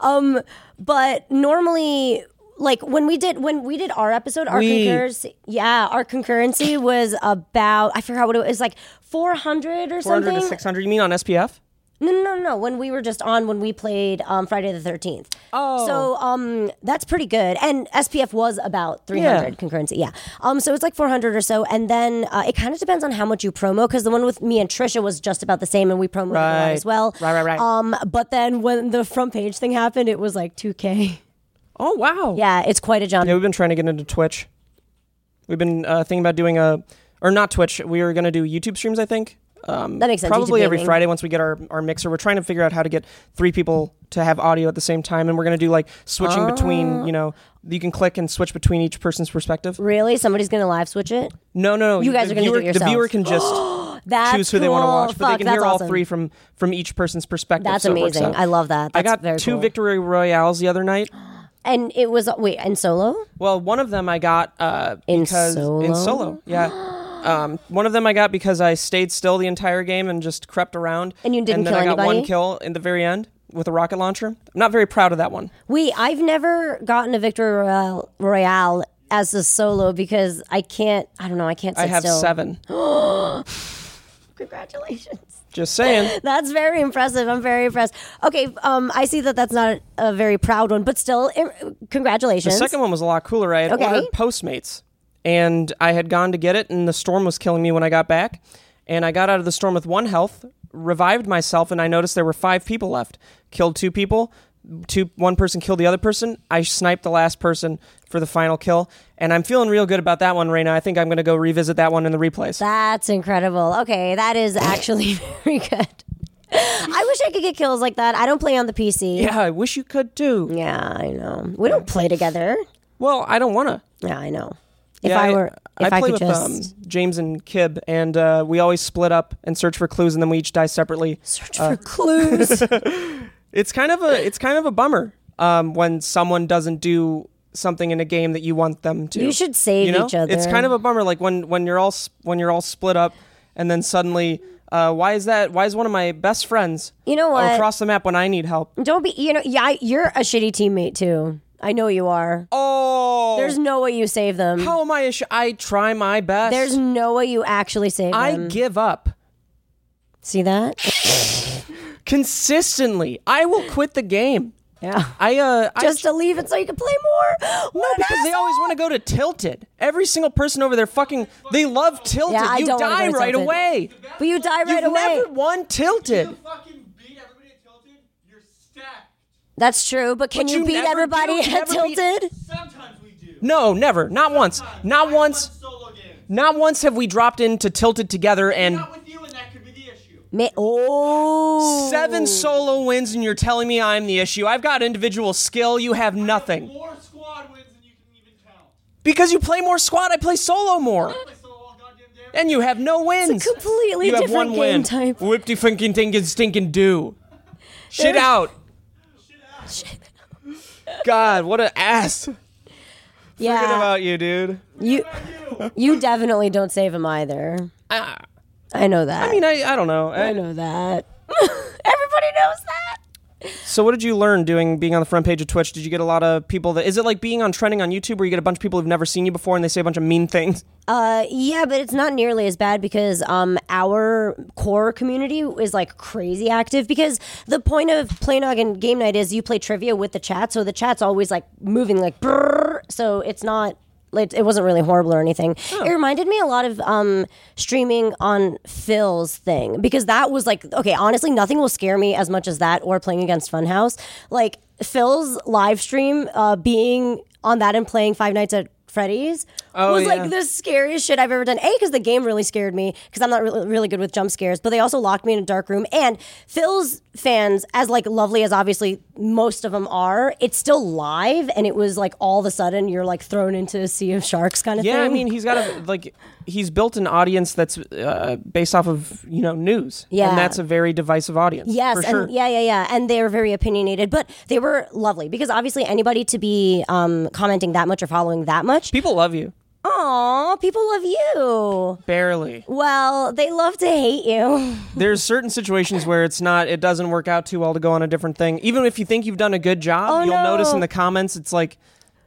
Speaker 1: Um, but normally. Like when we did when we did our episode, our
Speaker 2: We-
Speaker 1: concurrency, yeah, our concurrency was about I forgot what it was like four hundred or
Speaker 2: 400 to
Speaker 1: something.
Speaker 2: 600. You mean on SPF?
Speaker 1: No, no, no, no. When we were just on, when we played um, Friday the Thirteenth.
Speaker 2: Oh.
Speaker 1: So um, that's pretty good. And SPF was about three hundred concurrency. Yeah. Um, so it's like four hundred or so, and then uh, it kind of depends on how much you promo. Because the one with me and Trisha was just about the same, and we promoted a lot
Speaker 2: Right.
Speaker 1: as well.
Speaker 2: Right, right, right.
Speaker 1: Um, but then when the front page thing happened, it was like two k.
Speaker 2: Oh wow.
Speaker 1: Yeah, it's quite a jump.
Speaker 2: Yeah, we've been trying to get into Twitch. We've been uh, thinking about doing a or not Twitch. We were going to do YouTube streams, I think.
Speaker 1: that makes sense. You
Speaker 2: probably
Speaker 1: did
Speaker 2: every
Speaker 1: gaming.
Speaker 2: Friday once we get our, our mixer. We're trying to figure out how to get three people to have audio at the same time, and we're going to do like switching
Speaker 1: Uh.
Speaker 2: between. You know, you can click and switch between each person's perspective.
Speaker 1: Really, somebody's gonna live switch it.
Speaker 2: No, no, no.
Speaker 1: You guys
Speaker 2: the
Speaker 1: are gonna do
Speaker 2: viewer-
Speaker 1: it
Speaker 2: The viewer
Speaker 1: yourselves.
Speaker 2: can just
Speaker 1: That's
Speaker 2: choose who they want to
Speaker 1: cool.
Speaker 2: watch, but
Speaker 1: Fuck,
Speaker 2: they can
Speaker 1: that's
Speaker 2: hear all
Speaker 1: awesome.
Speaker 2: three from from each person's perspective.
Speaker 1: That's
Speaker 2: so it works
Speaker 1: amazing.
Speaker 2: out.
Speaker 1: I love that.
Speaker 2: I
Speaker 1: That's
Speaker 2: got
Speaker 1: very
Speaker 2: two
Speaker 1: cool.
Speaker 2: victory royales the other night.
Speaker 1: and it was wait and solo.
Speaker 2: Well, one of them I got uh,
Speaker 1: In
Speaker 2: because
Speaker 1: solo?
Speaker 2: in solo, yeah. Um, one of them I got because I stayed still the entire game and just crept around.
Speaker 1: And you didn't
Speaker 2: then
Speaker 1: kill
Speaker 2: I got
Speaker 1: anybody?
Speaker 2: one kill in the very end with a rocket launcher. I'm not very proud of that one.
Speaker 1: Wait, I've never gotten a victory royale, royale as a solo because I can't. I don't know. I can't. Sit
Speaker 2: I have
Speaker 1: still.
Speaker 2: seven.
Speaker 1: Congratulations.
Speaker 2: Just saying.
Speaker 1: That's very impressive. I'm very impressed. Okay, um, I see that that's not a very proud one, but still, im-
Speaker 2: The
Speaker 1: congratulations.
Speaker 2: second one was a lot cooler. I had
Speaker 1: Okay.
Speaker 2: ordered Postmates, and I had gone to get it, and the storm was killing me when I got back. And I got out of the storm with one health, revived myself, and I noticed there were five people left. Killed two people. Two one person killed the other person. I sniped the last person for the final kill, and I'm feeling real good about that one, Raina. I think I'm gonna go revisit that one in the replays.
Speaker 1: That's incredible. Okay, that is actually very good. I wish I could get kills like that. I don't play on the PC.
Speaker 2: yeah, I wish you could too.
Speaker 1: Yeah, I know. We don't play together.
Speaker 2: Well, I don't wanna.
Speaker 1: Yeah, I know. If
Speaker 2: Yeah,
Speaker 1: I were, if I,
Speaker 2: play
Speaker 1: could
Speaker 2: with
Speaker 1: just
Speaker 2: um, James and Kib, and uh, we always split up and search for clues, and then we each die separately.
Speaker 1: search
Speaker 2: uh,
Speaker 1: for clues.
Speaker 2: It's kind of a it's kind of a bummer um, when someone doesn't do something in a game that you want them to.
Speaker 1: You should save
Speaker 2: you know?
Speaker 1: each other.
Speaker 2: It's kind of a bummer, like when when you're all s- when you're all split up, and then suddenly. Uh, why is that? Why is one of my best friends
Speaker 1: You know what? Mm.
Speaker 2: across the map when I need help?
Speaker 1: don't be. You know, yeah, I- you're a shitty teammate too. I know you are.
Speaker 2: Oh,
Speaker 1: There's no way you save them.
Speaker 2: how am I? a sh- I try my best.
Speaker 1: There's no way you actually save
Speaker 2: I
Speaker 1: them.
Speaker 2: give up.
Speaker 1: See that?
Speaker 2: consistently. I will quit the game.
Speaker 1: Yeah.
Speaker 2: I uh I-
Speaker 1: Just to leave it so you can play more. What
Speaker 2: no,
Speaker 1: an
Speaker 2: because they
Speaker 1: asshole!
Speaker 2: always want to go to Tilted. Every single person over there fucking they love Tilted.
Speaker 1: Yeah, I
Speaker 2: you
Speaker 1: don't wanna
Speaker 2: die
Speaker 1: go to
Speaker 2: right
Speaker 1: Tilted.
Speaker 2: away.
Speaker 1: But you die right
Speaker 2: You've
Speaker 1: away.
Speaker 2: never won
Speaker 3: You
Speaker 2: Tilted.
Speaker 3: fucking beat everybody at Tilted, you're stacked.
Speaker 1: That's true, but can
Speaker 2: But
Speaker 1: you,
Speaker 2: you
Speaker 1: beat
Speaker 2: never
Speaker 1: everybody
Speaker 2: do. You
Speaker 1: at
Speaker 2: never beat-
Speaker 1: Tilted?
Speaker 3: Sometimes we do.
Speaker 2: No, never. Not once.
Speaker 3: Sometimes.
Speaker 2: Not once.
Speaker 3: I've won Solo games.
Speaker 2: Not once have we dropped into Tilted together and
Speaker 3: Not with you, and that could be the issue.
Speaker 1: Ma- oh.
Speaker 2: seven solo wins and you're telling me I'm the issue. I've got individual skill, you have nothing.
Speaker 3: More squad wins than you can even count.
Speaker 2: Because you play more squad, I play solo more.
Speaker 3: I play solo all goddamn day.
Speaker 2: And you have no wins.
Speaker 1: completely
Speaker 2: you have
Speaker 1: different
Speaker 2: one
Speaker 1: game
Speaker 2: win.
Speaker 1: type.
Speaker 2: Whipty funkin' tinkin' stinkin' do. Shit
Speaker 1: There-
Speaker 2: out. God, what an ass. What
Speaker 1: Yeah,
Speaker 2: about you, dude?
Speaker 1: you you definitely don't save him either.
Speaker 2: Ah,
Speaker 1: I know that.
Speaker 2: I mean, I, I don't know.
Speaker 1: I
Speaker 2: I-
Speaker 1: know that. Everybody knows that.
Speaker 2: so, what did you learn doing being on the front page of Twitch? Did you get a lot of people that is it like being on trending on YouTube where you get a bunch of people who've never seen you before and they say a bunch of mean things?
Speaker 1: Uh, yeah, but it's not nearly as bad because um, our core community is like crazy active because the point of Playnog and game night is you play trivia with the chat, so the chat's always like moving like brrr, so it's not. It, it wasn't really horrible or anything. It reminded me a lot of um, streaming on Phil's thing because that was like okay. Honestly, nothing will scare me as much as that or playing against Funhouse. Like Phil's live stream, uh, being on that and playing Five Nights at Freddy's was
Speaker 2: yeah.
Speaker 1: like the scariest shit I've ever done. A, because the game really scared me because I'm not really, really good with jump scares, but they also locked me in a dark room. And Phil's fans, as like lovely as obviously most of them are, it's still live, and it was like all of a sudden you're like thrown into a sea of sharks kind of
Speaker 2: Yeah,
Speaker 1: thing.
Speaker 2: I mean, he's got a like he's built an audience that's uh, based off of you know news.
Speaker 1: Yeah.
Speaker 2: and that's a very divisive audience.
Speaker 1: Yes,
Speaker 2: for sure.
Speaker 1: and yeah, yeah, yeah, and they were very opinionated, but they were lovely because obviously anybody to be um, commenting that much or following that much,
Speaker 2: people love you
Speaker 1: aw, people love you.
Speaker 2: barely.
Speaker 1: Well, they love to hate you.
Speaker 2: There's certain situations where it's not, it doesn't work out too well to go on a different thing. Even if you think you've done a good job,
Speaker 1: Oh,
Speaker 2: you'll
Speaker 1: no.
Speaker 2: notice in the comments it's like,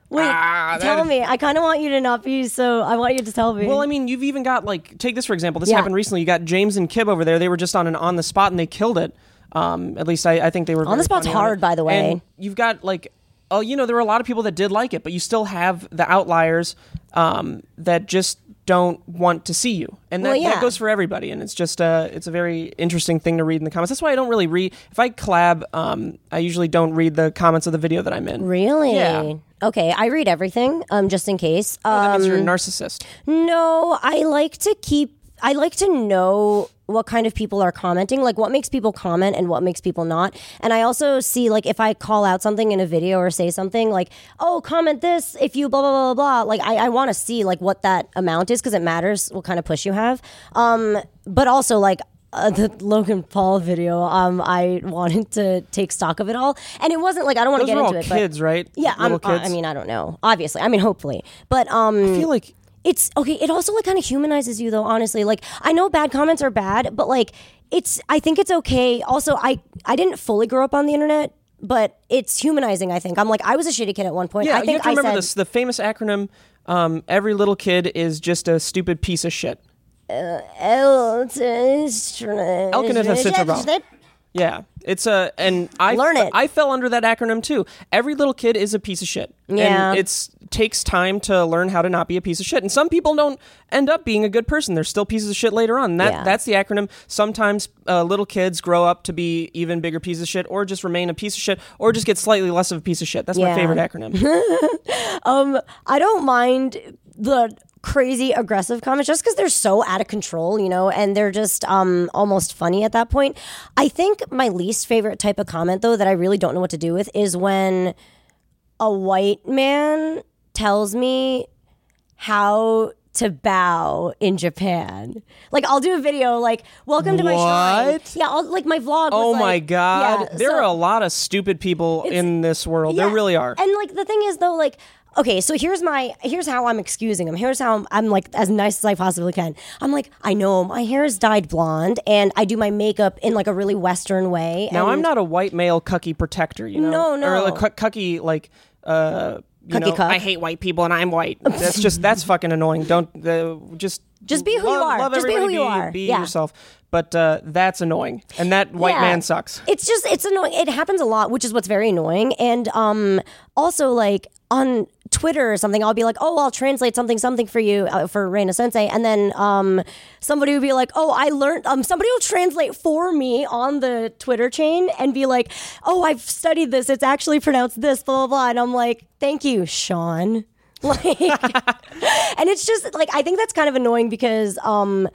Speaker 1: Wait,
Speaker 2: Ah,
Speaker 1: tell
Speaker 2: that-
Speaker 1: me. I kind of want you to not be so. I want you to tell me.
Speaker 2: well, I mean, you've even got like, take this for example. This
Speaker 1: Yeah.
Speaker 2: happened recently. You got James and Kib over there. They were just on an on the spot and they killed it. Um, at least I, I think they were
Speaker 1: On the
Speaker 2: very
Speaker 1: spot's
Speaker 2: funny on
Speaker 1: hard,
Speaker 2: it.
Speaker 1: by the way.
Speaker 2: And you've got like, oh, you know, there were a lot of people that did like it, but you still have the outliers um, that just don't want to see you, and that,
Speaker 1: Well, yeah.
Speaker 2: that goes for everybody. And it's just uh, it's a very interesting thing to read in the comments. That's why I don't really read. If I collab, um, I usually don't read the comments of the video that I'm in.
Speaker 1: really?
Speaker 2: Yeah. Oh,
Speaker 1: Okay, I read everything, um, just in case.
Speaker 2: That
Speaker 1: Um,
Speaker 2: means you're a narcissist.
Speaker 1: no, I like to keep. I like to know what kind of people are commenting, like what makes people comment and what makes people not. And I also see like if I call out something in a video or say something like, "Oh, comment this if you blah blah blah blah." Like I, I want to see like what that amount is because it matters what kind of push you have. Um, but also like uh, the Logan Paul video, um, I wanted to take stock of it all, and it wasn't like I don't want to
Speaker 2: Those
Speaker 1: get
Speaker 2: are all
Speaker 1: into it, but
Speaker 2: kids, right?
Speaker 1: yeah, I'm,
Speaker 2: little
Speaker 1: uh,
Speaker 2: kids.
Speaker 1: I mean, I don't know. Obviously, I mean, hopefully, but um,
Speaker 2: I feel like
Speaker 1: it's okay. It also like kind of humanizes you, though. Honestly, like I know bad comments are bad, but like it's. I think it's okay. Also, I I didn't fully grow up on the internet, but it's humanizing. I think I'm like I was a shitty kid at one point.
Speaker 2: yeah,
Speaker 1: I think
Speaker 2: you have to
Speaker 1: I
Speaker 2: remember
Speaker 1: said,
Speaker 2: this. The famous acronym: um, Every little kid is just a stupid piece of shit.
Speaker 1: Elkin
Speaker 2: has such a problem. Yeah, it's a and I
Speaker 1: Learn it.
Speaker 2: I fell under that acronym too. Every little kid is a piece of shit.
Speaker 1: Yeah.
Speaker 2: and it's takes time to learn how to not be a piece of shit. And some people don't end up being a good person. They're still pieces of shit later on. That
Speaker 1: Yeah.
Speaker 2: that's the acronym. Sometimes uh, little kids grow up to be even bigger pieces of shit, or just remain a piece of shit, or just get slightly less of a piece of shit. That's
Speaker 1: Yeah.
Speaker 2: my favorite acronym.
Speaker 1: I don't mind the crazy aggressive comments just because they're so out of control, you know, and they're just um, almost funny at that point. I think my least favorite type of comment, though, that I really don't know what to do with is when a white man tells me how to bow in Japan. Like I'll do a video like welcome to my shrine.
Speaker 2: What?
Speaker 1: Yeah, I'll, like my vlog was
Speaker 2: oh
Speaker 1: like-
Speaker 2: my god,
Speaker 1: Yeah,
Speaker 2: there
Speaker 1: so-
Speaker 2: are a lot of stupid people in this world. There
Speaker 1: yeah.
Speaker 2: really are.
Speaker 1: And like the thing is though, like okay, so here's my here's how I'm excusing him. Here's how I'm, I'm like as nice as I possibly can. I'm like I know my hair is dyed blonde and I do my makeup in like a really Western way.
Speaker 2: Now
Speaker 1: and
Speaker 2: I'm not a white male cucky protector, you know.
Speaker 1: No, no.
Speaker 2: Or like cu- cucky like uh you
Speaker 1: Cucky
Speaker 2: know,
Speaker 1: cuck.
Speaker 2: I hate white people and I'm white. That's just that's fucking annoying. Don't uh, just
Speaker 1: Just be who you
Speaker 2: love-
Speaker 1: are.
Speaker 2: Love
Speaker 1: Just be who
Speaker 2: everybody,
Speaker 1: you are.
Speaker 2: Be
Speaker 1: Yeah.
Speaker 2: yourself. But uh, that's annoying. And that white
Speaker 1: Yeah.
Speaker 2: man sucks.
Speaker 1: It's just it's annoying. It happens a lot, which is what's very annoying. And um, also like on Twitter or something, I'll be like, oh, I'll translate something something for you uh, for Reina Sensei, and then um, somebody would be like, oh, I learned. Um, somebody will translate for me on the Twitter chain and be like, oh, I've studied this. It's actually pronounced this. Blah blah blah. And I'm like, thank you, Sean. Like, and it's just like I think that's kind of annoying because um,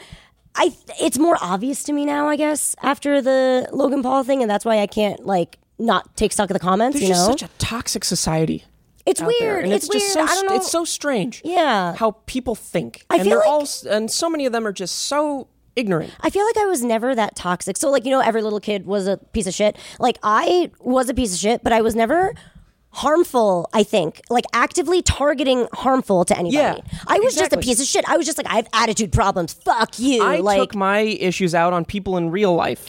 Speaker 1: I it's more obvious to me now, I guess, after the Logan Paul thing, and that's why I can't like not take stock of the comments.
Speaker 2: There's
Speaker 1: you
Speaker 2: just
Speaker 1: know,
Speaker 2: such a toxic society.
Speaker 1: it's
Speaker 2: out there,
Speaker 1: weird.
Speaker 2: And
Speaker 1: It's,
Speaker 2: it's, just
Speaker 1: weird.
Speaker 2: so
Speaker 1: I don't
Speaker 2: st-
Speaker 1: know.
Speaker 2: it's so strange.
Speaker 1: Yeah.
Speaker 2: How people think.
Speaker 1: I
Speaker 2: and
Speaker 1: feel
Speaker 2: they're
Speaker 1: like-
Speaker 2: all s- and so many of them are just so ignorant.
Speaker 1: I feel like I was never that toxic. So like you know, every little kid was a piece of shit. Like I was a piece of shit, but I was never harmful. I think like actively targeting harmful to anybody.
Speaker 2: Yeah,
Speaker 1: I was just a
Speaker 2: exactly.
Speaker 1: piece of shit. I was just like I have attitude problems. Fuck you.
Speaker 2: I
Speaker 1: like
Speaker 2: took my issues out on people in real life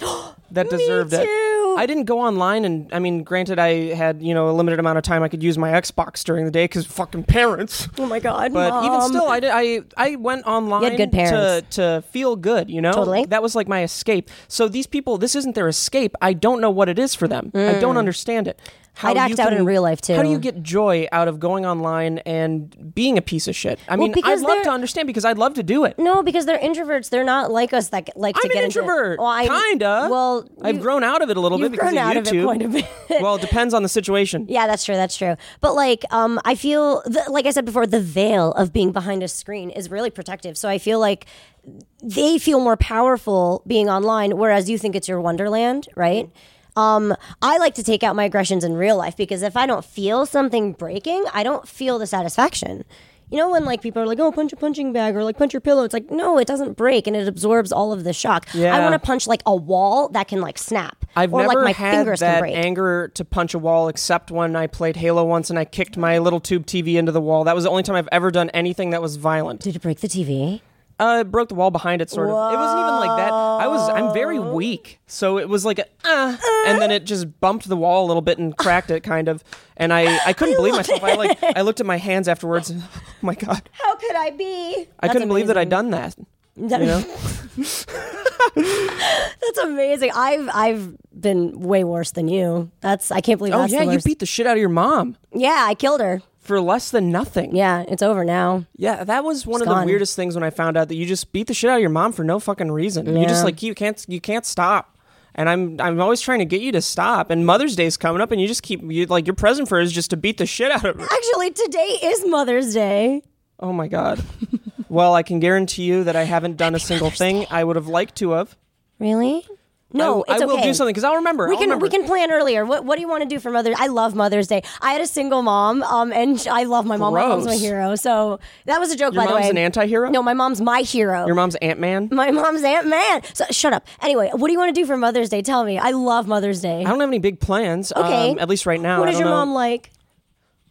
Speaker 2: that deserved
Speaker 1: too.
Speaker 2: it. I didn't go online, and I mean, granted, I had you know a limited amount of time I could use my Xbox during the day because fucking parents.
Speaker 1: oh my god.
Speaker 2: But even
Speaker 1: Mom.
Speaker 2: still, I, did, I I went online
Speaker 1: good
Speaker 2: to
Speaker 1: parents.
Speaker 2: to feel good. You know,
Speaker 1: Totally.
Speaker 2: that was like my escape. So these people, this isn't their escape. I don't know what it is for them. I don't understand it. How
Speaker 1: Mm. I'd
Speaker 2: you
Speaker 1: act out in real life,
Speaker 2: How
Speaker 1: too.
Speaker 2: do you get joy out of going online and being a piece of shit? I mean, I'd
Speaker 1: because
Speaker 2: love
Speaker 1: they're-
Speaker 2: to understand because I'd love to do it.
Speaker 1: No, because they're introverts. They're not like us that like to
Speaker 2: I'm
Speaker 1: get
Speaker 2: an
Speaker 1: into-
Speaker 2: introvert.
Speaker 1: Well, I-
Speaker 2: kind of.
Speaker 1: Well,
Speaker 2: I've
Speaker 1: you-
Speaker 2: grown out of it a little
Speaker 1: you've
Speaker 2: bit because
Speaker 1: grown out
Speaker 2: of
Speaker 1: of it
Speaker 2: YouTube.
Speaker 1: quite a bit.
Speaker 2: well, it depends on the situation.
Speaker 1: Yeah, that's true. That's true. But like, um, I feel the, like I said before, the veil of being behind a screen is really protective. So I feel like they feel more powerful being online, whereas you think it's your wonderland, right? Um, I like to take out my aggressions in real life because if I don't feel something breaking, I don't feel the satisfaction. You know when like people are like, "Oh, punch a punching bag" or like "punch your pillow." It's like, no, it doesn't break and it absorbs all of the shock. I
Speaker 2: Yeah.
Speaker 1: want to punch like a wall that can like snap,
Speaker 2: I've
Speaker 1: or
Speaker 2: never
Speaker 1: like my
Speaker 2: had
Speaker 1: fingers
Speaker 2: that
Speaker 1: can break.
Speaker 2: anger to punch a wall except when I played Halo once and I kicked my little tube TV into the wall. That was the only time I've ever done anything that was violent.
Speaker 1: Did it break the TV?
Speaker 2: Uh, it broke the wall behind it, sort of. It wasn't even like that. I was I'm very weak, so it was like a uh, and then it just bumped the wall a little bit and cracked it, kind of. And I I couldn't believe myself. I like I looked at my hands afterwards. And, oh my god,
Speaker 1: How could I be?
Speaker 2: I couldn't believe that I'd done that. You know.
Speaker 1: That's amazing. I've I've been way worse than you. That's I can't believe.
Speaker 2: Oh
Speaker 1: that's
Speaker 2: yeah,
Speaker 1: the
Speaker 2: you
Speaker 1: worst.
Speaker 2: beat the shit out of your mom
Speaker 1: yeah, I killed her.
Speaker 2: for less than nothing.
Speaker 1: Yeah, it's over now.
Speaker 2: Yeah, that was one of
Speaker 1: gone.
Speaker 2: the weirdest things when I found out that you just beat the shit out of your mom for no fucking reason. You
Speaker 1: Yeah.
Speaker 2: just like you can't you can't stop. And I'm I'm always trying to get you to stop. And Mother's Day's coming up, and you just keep you like your present for her is just to beat the shit out of her.
Speaker 1: Actually, today is Mother's Day.
Speaker 2: Oh my god. Well, I can guarantee you that I haven't done a single thing I would have liked to have.
Speaker 1: Really? No,
Speaker 2: I,
Speaker 1: it's
Speaker 2: I will
Speaker 1: okay.
Speaker 2: do something because I'll remember.
Speaker 1: We
Speaker 2: I'll
Speaker 1: can
Speaker 2: remember.
Speaker 1: we can plan earlier. What what do you want to do for Mother's? I love Mother's Day. I had a single mom, um, and sh- I love my mom. My mom's my
Speaker 2: Gross.
Speaker 1: hero. So that was a joke,
Speaker 2: Your
Speaker 1: by
Speaker 2: mom's
Speaker 1: the way.
Speaker 2: an anti-hero?
Speaker 1: No, Mm. my mom's my hero.
Speaker 2: Your mom's Ant Man.
Speaker 1: my mom's Aunt Man. So shut up. Anyway, what do you want to do for Mother's Day? Tell me. I love Mother's Day.
Speaker 2: I don't have any big plans.
Speaker 1: Okay.
Speaker 2: Um, at least right now.
Speaker 1: What
Speaker 2: I
Speaker 1: is
Speaker 2: don't
Speaker 1: your
Speaker 2: know.
Speaker 1: mom like?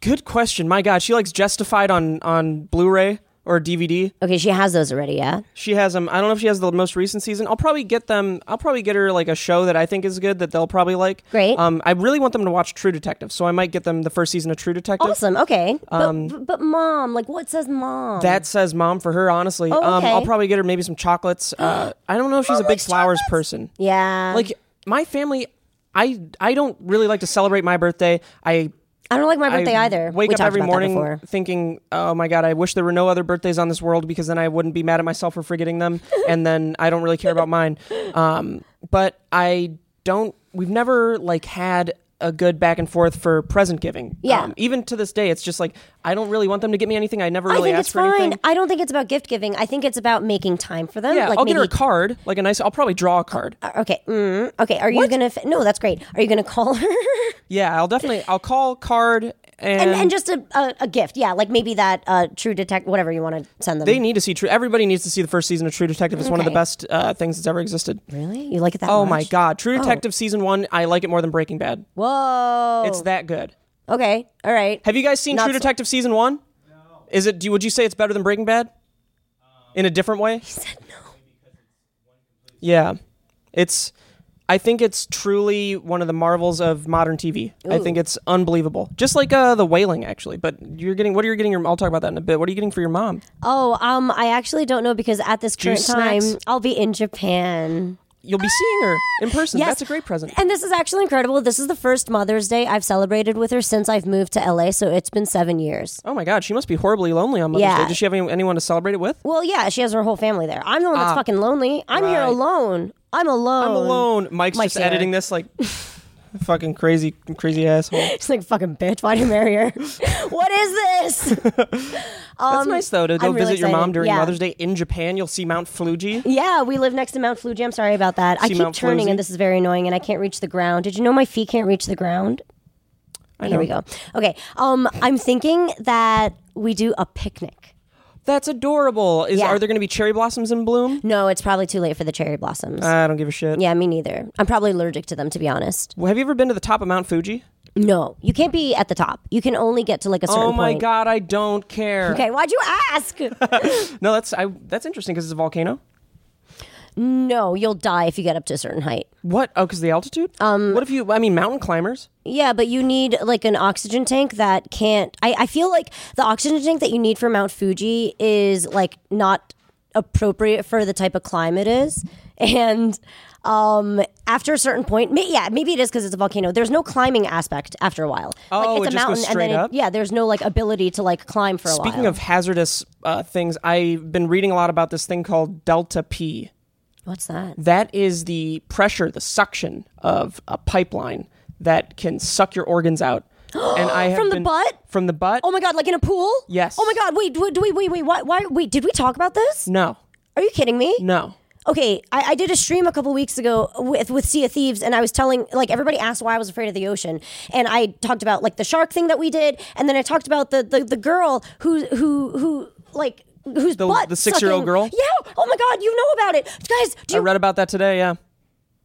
Speaker 2: Good question. My God, she likes Justified on on Blu-ray or DVD.
Speaker 1: Okay, she has those already. Yeah.
Speaker 2: She has them. I don't know if she has the most recent season. I'll probably get them. I'll probably get her like a show that I think is good that they'll probably like.
Speaker 1: Great.
Speaker 2: Um, I really want them to watch True Detective, so I might get them the first season of True Detective.
Speaker 1: Awesome. Okay. but but mom, like, what says mom?
Speaker 2: um, That says mom for her, honestly. Um,
Speaker 1: Oh, okay.
Speaker 2: I'll probably get her maybe some chocolates. Uh, I don't know if she's a big
Speaker 1: likes
Speaker 2: flowers
Speaker 1: chocolates?
Speaker 2: person.
Speaker 1: yeah.
Speaker 2: Like my family, I I don't really like to celebrate my birthday. I
Speaker 1: I don't like my birthday
Speaker 2: I
Speaker 1: either.
Speaker 2: Wake
Speaker 1: we
Speaker 2: up
Speaker 1: talked
Speaker 2: every
Speaker 1: about that
Speaker 2: morning
Speaker 1: before.
Speaker 2: thinking, "Oh my god, I wish there were no other birthdays on this world because then I wouldn't be mad at myself for forgetting them, and then I don't really care about mine." Um, but I don't. We've never like had a good back and forth for present giving.
Speaker 1: Yeah.
Speaker 2: Um, even to this day, it's just like I don't really want them to get me anything. I never
Speaker 1: I
Speaker 2: really
Speaker 1: think
Speaker 2: asked
Speaker 1: it's
Speaker 2: for
Speaker 1: fine.
Speaker 2: anything.
Speaker 1: I don't think it's about gift giving. I think it's about making time for them.
Speaker 2: Yeah,
Speaker 1: like
Speaker 2: I'll
Speaker 1: maybe Uh,
Speaker 2: get her a card, like a nice. I'll probably draw a card.
Speaker 1: Okay. Mm, okay. Are you gonna? F- no, that's great. Are you gonna call her
Speaker 2: Yeah, I'll definitely. I'll call card and.
Speaker 1: and, and just a, a, a gift? Yeah, like maybe that uh, True Detect, whatever you want to send them.
Speaker 2: they need to see True. Everybody needs to see the first season of True Detective. It's one of the
Speaker 1: Okay.
Speaker 2: best uh, things that's ever existed.
Speaker 1: really? You like it that
Speaker 2: Oh
Speaker 1: much?
Speaker 2: my god, True Detective season 1, I like it more than Breaking Bad.
Speaker 1: Whoa.
Speaker 2: It's that good.
Speaker 1: okay. All right.
Speaker 2: Have you guys seen
Speaker 1: Oh. Not
Speaker 2: True
Speaker 1: so-
Speaker 2: Detective season 1? No. Is it do would you say it's better than Breaking Bad? In a different way?
Speaker 1: said no.
Speaker 2: Yeah. It's I think it's truly one of the marvels of modern TV. I think it's unbelievable. Just like uh, the Wailing actually, but you're getting what are you getting your I'll talk about that in a bit. What are you getting for your mom?
Speaker 1: Oh, um, I actually don't know because at this current
Speaker 2: Juice
Speaker 1: time,
Speaker 2: snacks?
Speaker 1: I'll be in Japan.
Speaker 2: You'll be seeing her in person.
Speaker 1: Yes.
Speaker 2: That's a great present.
Speaker 1: And this is actually incredible. This is the first Mother's Day I've celebrated with her since I've moved to LA, so it's been seven years.
Speaker 2: Oh my god, she must be horribly lonely on Mother's
Speaker 1: Yeah.
Speaker 2: Day. Does she have any, anyone to celebrate it with?
Speaker 1: Well, yeah, she has her whole family there. I'm the one that's fucking lonely. I'm here
Speaker 2: Ah. right.
Speaker 1: alone. I'm alone.
Speaker 2: I'm alone. Mike's,
Speaker 1: Mike's
Speaker 2: just
Speaker 1: there.
Speaker 2: editing this like fucking crazy, crazy asshole. That's
Speaker 1: She's like, fucking bitch, why'd you marry her? what is this? Um,
Speaker 2: nice though to go
Speaker 1: I'm really
Speaker 2: visit your mom
Speaker 1: excited.
Speaker 2: during
Speaker 1: Yeah.
Speaker 2: Mother's Day in Japan. You'll see Mount Fuji.
Speaker 1: Yeah, we live next to Mount Fuji. I'm sorry about that. I
Speaker 2: See
Speaker 1: keep
Speaker 2: Mount
Speaker 1: turning
Speaker 2: Fuji?
Speaker 1: and this is very annoying and I can't reach the ground. Did you know my feet can't reach the ground? Here we go. Okay. Um, I'm thinking that we do a picnic.
Speaker 2: That's adorable. Is
Speaker 1: Yeah.
Speaker 2: are there going to be cherry blossoms in bloom?
Speaker 1: No, it's probably too late for the cherry blossoms.
Speaker 2: I don't give a shit.
Speaker 1: yeah, me neither. I'm probably allergic to them, to be honest.
Speaker 2: Well, Have you ever been to the top of Mount Fuji?
Speaker 1: No, you can't be at the top. You can only get to like a certain
Speaker 2: Oh my
Speaker 1: point.
Speaker 2: god, I don't care.
Speaker 1: Okay, why'd you ask?
Speaker 2: No, that's I, that's interesting because it's a volcano.
Speaker 1: no, you'll die if you get up to a certain height.
Speaker 2: What? Oh, because the altitude. Um, what if you? I mean, mountain climbers.
Speaker 1: Yeah, but you need like an oxygen tank that can't. I, I feel like the oxygen tank that you need for Mount Fuji is like not appropriate for the type of climb it is. And um, after a certain point, may, yeah, maybe it is because it's a volcano. There's no climbing aspect after a while.
Speaker 2: Oh,
Speaker 1: like
Speaker 2: it
Speaker 1: it's a
Speaker 2: just goes
Speaker 1: mountain, and then
Speaker 2: straight up?
Speaker 1: It, yeah, there's no like ability to like climb for a while.
Speaker 2: Speaking of hazardous uh, things, I've been reading a lot about this thing called Delta P.
Speaker 1: what's that?
Speaker 2: That is the pressure, the suction of a pipeline that can suck your organs out. And I have
Speaker 1: From the
Speaker 2: been-
Speaker 1: butt?
Speaker 2: From the butt?
Speaker 1: Oh my god, like in a pool?
Speaker 2: Yes.
Speaker 1: Oh my god, wait, wait, wait, wait, wait, why, why, wait, did we talk about this?
Speaker 2: no,
Speaker 1: Are you kidding me?
Speaker 2: no.
Speaker 1: Okay, I, I did a stream a couple weeks ago with with Sea of Thieves, and I was telling like everybody asked why I was afraid of the ocean, and I talked about like the shark thing that we did, and then I talked about the the, the girl who who who like whose butt
Speaker 2: the six-year-old
Speaker 1: sucking-
Speaker 2: girl?
Speaker 1: Yeah. Oh my god, you know about it, guys. Do
Speaker 2: I
Speaker 1: you?
Speaker 2: read about that today, yeah.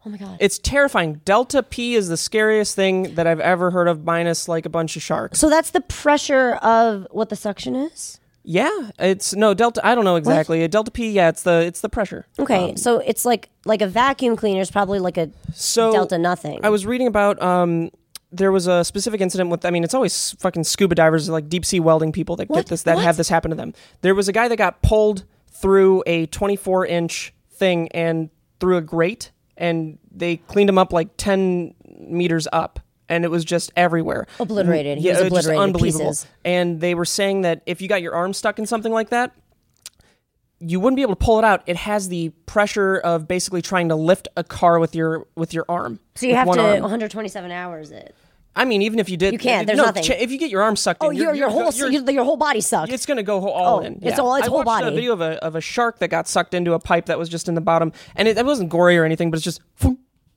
Speaker 1: oh my god.
Speaker 2: It's terrifying. Delta P is the scariest thing that I've ever heard of, minus like a bunch of sharks.
Speaker 1: so that's the pressure of what the suction is.
Speaker 2: Yeah, it's no Delta. I don't know exactly. Delta P, yeah, it's the it's the pressure.
Speaker 1: Okay, so it's like like a vacuum cleaner is probably like a
Speaker 2: So
Speaker 1: delta nothing.
Speaker 2: I was reading about um there was a specific incident with I mean it's always fucking scuba divers like deep sea welding people that
Speaker 1: What?
Speaker 2: get this that
Speaker 1: What?
Speaker 2: have this happen to them. There was a guy that got pulled through a 24 inch thing and through a grate and they cleaned him up like 10 meters up and it was just everywhere.
Speaker 1: Obliterated. He was
Speaker 2: it just
Speaker 1: obliterated to
Speaker 2: unbelievable.
Speaker 1: pieces.
Speaker 2: And they were saying that if you got your arm stuck in something like that, you wouldn't be able to pull it out. It has the pressure of basically trying to lift a car with your with your arm.
Speaker 1: so you
Speaker 2: with
Speaker 1: have
Speaker 2: one
Speaker 1: to
Speaker 2: arm.
Speaker 1: 127 hours it.
Speaker 2: I mean, even if you did,
Speaker 1: You can't, there's
Speaker 2: no,
Speaker 1: nothing.
Speaker 2: cha- if you get your arm sucked,
Speaker 1: Oh,
Speaker 2: in,
Speaker 1: your
Speaker 2: you're-
Speaker 1: your
Speaker 2: you're-
Speaker 1: whole
Speaker 2: you're-
Speaker 1: your, your whole body sucked.
Speaker 2: It's gonna go ho- all
Speaker 1: Oh,
Speaker 2: in.
Speaker 1: it's all- it's
Speaker 2: I
Speaker 1: whole
Speaker 2: watched a
Speaker 1: body.
Speaker 2: video of a of a shark that got sucked into a pipe that was just in the bottom, and it, it wasn't gory or anything, but it's just,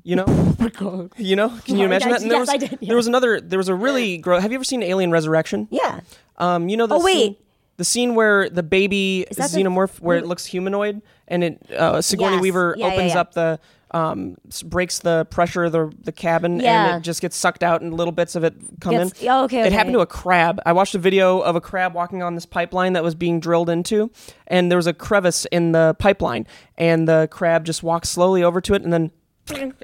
Speaker 2: you
Speaker 1: Oh
Speaker 2: know, you know. Can you
Speaker 1: Yeah,
Speaker 2: imagine
Speaker 1: I-
Speaker 2: that? And there
Speaker 1: yes,
Speaker 2: was,
Speaker 1: I did, yeah.
Speaker 2: There was another. There was a really. Gro- have you ever seen Alien Resurrection?
Speaker 1: yeah.
Speaker 2: Um, you know the
Speaker 1: Oh, wait.
Speaker 2: scene, the scene where the baby
Speaker 1: that the-
Speaker 2: xenomorph, where it looks humanoid, and it uh, Sigourney
Speaker 1: Yes.
Speaker 2: Weaver
Speaker 1: Yeah, yeah,
Speaker 2: opens
Speaker 1: yeah.
Speaker 2: up the um, s- breaks the pressure of the the cabin,
Speaker 1: Yeah.
Speaker 2: and it just gets sucked out, and little bits of it come
Speaker 1: Gets-
Speaker 2: in.
Speaker 1: oh, okay,
Speaker 2: It
Speaker 1: okay.
Speaker 2: happened to a crab. I watched a video of a crab walking on this pipeline that was being drilled into, and there was a crevice in the pipeline, and the crab just walks slowly over to it, and then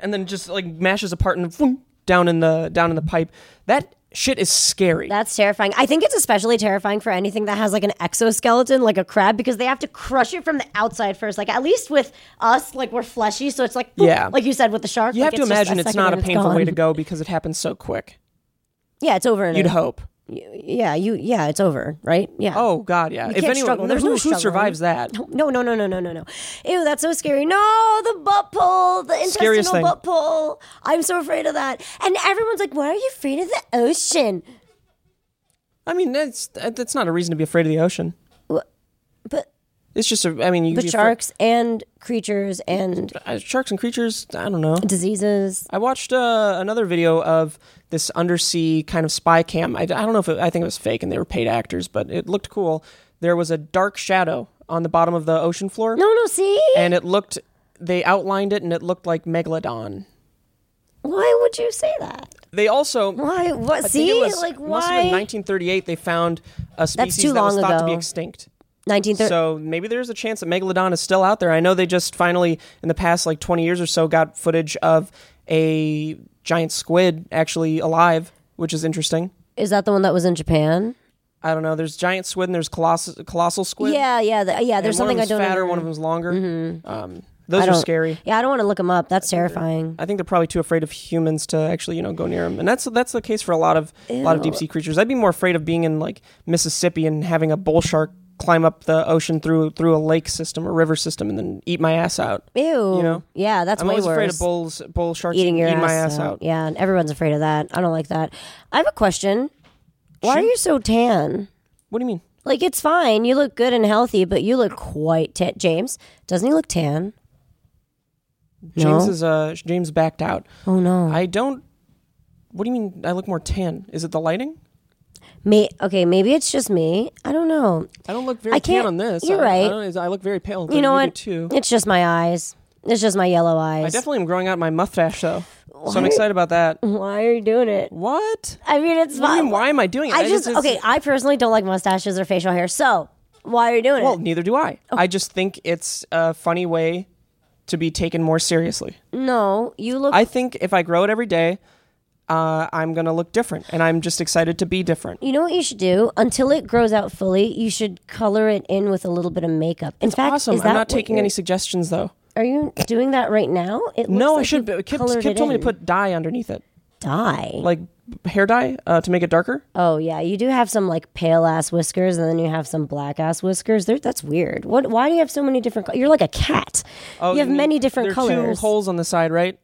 Speaker 2: and then just like mashes apart and down in the down in the pipe. That shit is scary.
Speaker 1: That's terrifying. I think it's especially terrifying for anything that has like an exoskeleton, like a crab, because they have to crush it from the outside first. Like at least with us, like we're fleshy, so it's like boop,
Speaker 2: Yeah.
Speaker 1: like you said with the shark.
Speaker 2: You
Speaker 1: like,
Speaker 2: have to
Speaker 1: just a
Speaker 2: imagine it's
Speaker 1: second
Speaker 2: not a
Speaker 1: and
Speaker 2: painful way to
Speaker 1: gone.
Speaker 2: go because it happens so quick.
Speaker 1: Yeah, it's over. In
Speaker 2: You'd
Speaker 1: a-
Speaker 2: hope.
Speaker 1: yeah, you yeah, it's over, right? Yeah.
Speaker 2: Oh God, yeah. if
Speaker 1: can't
Speaker 2: anyone,
Speaker 1: struggle. There's
Speaker 2: who,
Speaker 1: no
Speaker 2: who
Speaker 1: struggling.
Speaker 2: survives that?
Speaker 1: No, no, no, no, no, no, no. Ew, that's so scary. No, the butt pull, the
Speaker 2: Scariest
Speaker 1: intestinal
Speaker 2: thing.
Speaker 1: butt pull. I'm so afraid of that. And everyone's like, "Why are you afraid of the ocean?"
Speaker 2: I mean, that's that's not a reason to be afraid of the ocean.
Speaker 1: But
Speaker 2: It's just a. I mean, you. can
Speaker 1: but
Speaker 2: be
Speaker 1: sharks and creatures and
Speaker 2: afraid- uh, sharks and creatures. I don't know.
Speaker 1: diseases.
Speaker 2: I watched uh, another video of this undersea kind of spy cam. I, I don't know if it, I think it was fake and they were paid actors, but it looked cool. There was a dark shadow on the bottom of the ocean floor,
Speaker 1: No, no, see?
Speaker 2: and it looked. They outlined it, and it looked like megalodon.
Speaker 1: Why would you say that?
Speaker 2: They also
Speaker 1: Why? What?
Speaker 2: I
Speaker 1: See,
Speaker 2: think it was,
Speaker 1: like
Speaker 2: it Must have been
Speaker 1: why?
Speaker 2: 1938. They found a species
Speaker 1: too
Speaker 2: that was
Speaker 1: long
Speaker 2: thought to be
Speaker 1: ago. Uh,
Speaker 2: extinct.
Speaker 1: Nineteen thirty.
Speaker 2: So maybe there's a chance that megalodon is still out there. I know they just finally, in the past like 20 years or so, got footage of a giant squid actually alive, which is interesting.
Speaker 1: Is that the one that was in Japan?
Speaker 2: I don't know. There's giant squid and there's colossal colossal squid.
Speaker 1: Yeah, yeah, the, yeah.
Speaker 2: And
Speaker 1: There's
Speaker 2: one
Speaker 1: something I
Speaker 2: of them's
Speaker 1: don't.
Speaker 2: fatter,
Speaker 1: know.
Speaker 2: one of them's longer. Um,
Speaker 1: I
Speaker 2: those are
Speaker 1: don't-
Speaker 2: scary.
Speaker 1: Yeah, I don't want to look them up. That's terrifying.
Speaker 2: I think they're probably too afraid of humans to actually, you know, go near them, and that's that's the case for a lot of a lot of
Speaker 1: Ew.
Speaker 2: deep sea creatures. I'd be more afraid of being in like Mississippi and having a bull shark climb up the ocean through through a lake system or river system and then eat my ass out.
Speaker 1: Ew.
Speaker 2: know?
Speaker 1: yeah, that's
Speaker 2: I'm
Speaker 1: way
Speaker 2: always
Speaker 1: worse.
Speaker 2: afraid of bulls, bull sharks
Speaker 1: Eating your
Speaker 2: eating
Speaker 1: ass,
Speaker 2: my ass
Speaker 1: out.
Speaker 2: out.
Speaker 1: Yeah, and everyone's afraid of that. I don't like that. I have a question. Why are you so tan?
Speaker 2: What do you mean?
Speaker 1: Like it's fine. You look good and healthy, but you look quite tan. James, doesn't he look tan?
Speaker 2: James
Speaker 1: No.
Speaker 2: is uh James backed out.
Speaker 1: Oh no.
Speaker 2: I don't. What do you mean? I look more tan? Is it the lighting?
Speaker 1: May- okay, maybe it's just me. I don't know.
Speaker 2: I don't look very
Speaker 1: I
Speaker 2: tan
Speaker 1: can't-
Speaker 2: on this.
Speaker 1: you're
Speaker 2: I- I,
Speaker 1: right.
Speaker 2: don't- I look very pale. but
Speaker 1: You know
Speaker 2: do
Speaker 1: what?
Speaker 2: Too.
Speaker 1: It's just my eyes. It's just my yellow
Speaker 2: I
Speaker 1: eyes.
Speaker 2: definitely am growing out my mustache though, so I'm excited about that.
Speaker 1: Why are you doing it?
Speaker 2: What?
Speaker 1: I mean, it's
Speaker 2: What do you
Speaker 1: fine.
Speaker 2: mean, why am I doing it?
Speaker 1: I just
Speaker 2: it's-
Speaker 1: okay. I personally don't like mustaches or facial hair. So why are you doing
Speaker 2: Well,
Speaker 1: it?
Speaker 2: neither do I.
Speaker 1: oh.
Speaker 2: I just think it's a funny way to be taken more seriously.
Speaker 1: No, you look.
Speaker 2: I think if I grow it every day, uh, I'm gonna look different, and I'm just excited to be different.
Speaker 1: you know what you should do? Until it grows out fully, you should color it in with a little bit of makeup. In fact,
Speaker 2: Awesome.
Speaker 1: is that
Speaker 2: I'm not
Speaker 1: what
Speaker 2: taking
Speaker 1: you're-
Speaker 2: any suggestions though.
Speaker 1: Are you doing that right now? It looks
Speaker 2: No,
Speaker 1: like
Speaker 2: I
Speaker 1: you
Speaker 2: should. Kip,
Speaker 1: colored
Speaker 2: Kip
Speaker 1: it
Speaker 2: told me to
Speaker 1: in.
Speaker 2: put dye underneath it,
Speaker 1: dye.
Speaker 2: like hair dye, uh, to make it darker.
Speaker 1: Oh yeah, you do have some like pale ass whiskers, and then you have some black ass whiskers. There, that's weird. What? Why do you have so many different? Co- You're like a cat. you have
Speaker 2: mean-
Speaker 1: many different
Speaker 2: there are
Speaker 1: colors.
Speaker 2: Oh, Two holes on the side, right?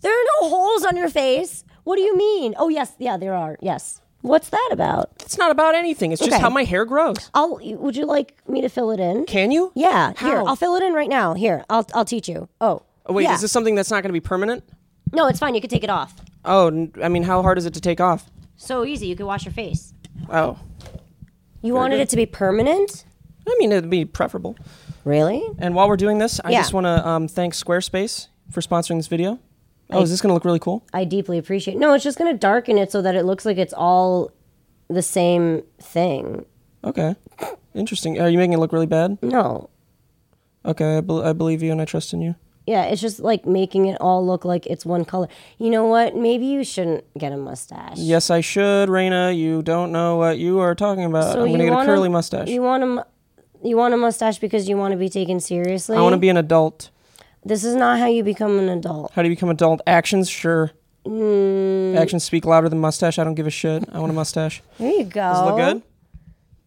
Speaker 1: there are no holes on your face. What do you mean? Oh yes, yeah, there are. Yes. What's that about?
Speaker 2: It's not about anything. It's just
Speaker 1: Okay.
Speaker 2: how my hair grows.
Speaker 1: I'll. Would you like me to fill it in?
Speaker 2: Can you?
Speaker 1: Yeah. Here,
Speaker 2: How?
Speaker 1: I'll fill it in right now. Here, I'll. I'll teach you. Oh.
Speaker 2: Oh, wait,
Speaker 1: yeah.
Speaker 2: is this something that's not going to be permanent?
Speaker 1: No, it's fine. You can take it off.
Speaker 2: Oh, n- I mean, how hard is it to take off?
Speaker 1: So easy. You can wash your face.
Speaker 2: Oh,
Speaker 1: You wanted
Speaker 2: good.
Speaker 1: it to be permanent?
Speaker 2: I mean, it'd be preferable.
Speaker 1: Really?
Speaker 2: And while we're doing this, I
Speaker 1: Yeah.
Speaker 2: just want to um, thank Squarespace for sponsoring this video. Oh, is this going to look really cool?
Speaker 1: I deeply appreciate. No, it's just going to darken it so that it looks like it's all the same thing.
Speaker 2: Okay. Interesting. Are you making it look really bad?
Speaker 1: No.
Speaker 2: Okay, I, bel I believe you and I trust in you.
Speaker 1: Yeah, it's just like making it all look like it's one color. You know what? Maybe you shouldn't get a mustache.
Speaker 2: Yes, I should, Raina. You don't know what you are talking about. I'm going to
Speaker 1: you
Speaker 2: get a
Speaker 1: want
Speaker 2: curly mustache.
Speaker 1: You want a mu- you want a mustache because you want to be taken seriously.
Speaker 2: I want to be an adult.
Speaker 1: This is not how you become an adult.
Speaker 2: How do you become adult? Actions, sure.
Speaker 1: Hmm.
Speaker 2: Actions speak louder than mustache. I don't give a shit. I want a mustache.
Speaker 1: There you go.
Speaker 2: Does it look good?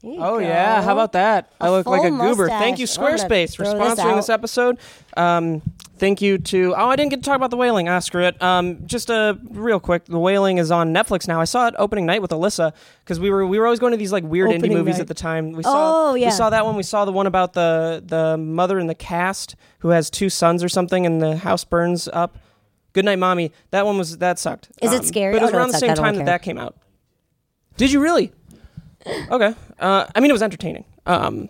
Speaker 2: Oh yeah, how about that? I look like a
Speaker 1: full
Speaker 2: goober. Thank you,
Speaker 1: mustache. I'm gonna
Speaker 2: Squarespace, for
Speaker 1: throw this
Speaker 2: sponsoring this
Speaker 1: out.
Speaker 2: episode. Um, thank you to oh I didn't get to talk about the whaling. Ah, screw it. Um, just uh, real quick, the whaling is on Netflix now. I saw it opening night with Alyssa because we were we were always going to these like weird
Speaker 1: Opening
Speaker 2: indie movies
Speaker 1: night.
Speaker 2: at the time. We saw
Speaker 1: Oh, yeah.
Speaker 2: we saw that one. We saw the one about the the mother in the cast who has two sons or something, and the house burns up. Good night, mommy. That one was that sucked. Um,
Speaker 1: Is it scary?
Speaker 2: But it
Speaker 1: Oh,
Speaker 2: was
Speaker 1: no,
Speaker 2: around
Speaker 1: it
Speaker 2: the
Speaker 1: sucked.
Speaker 2: same
Speaker 1: I don't
Speaker 2: time
Speaker 1: care.
Speaker 2: that that came out. Did you really? Okay. Uh, I mean, it was entertaining. Um,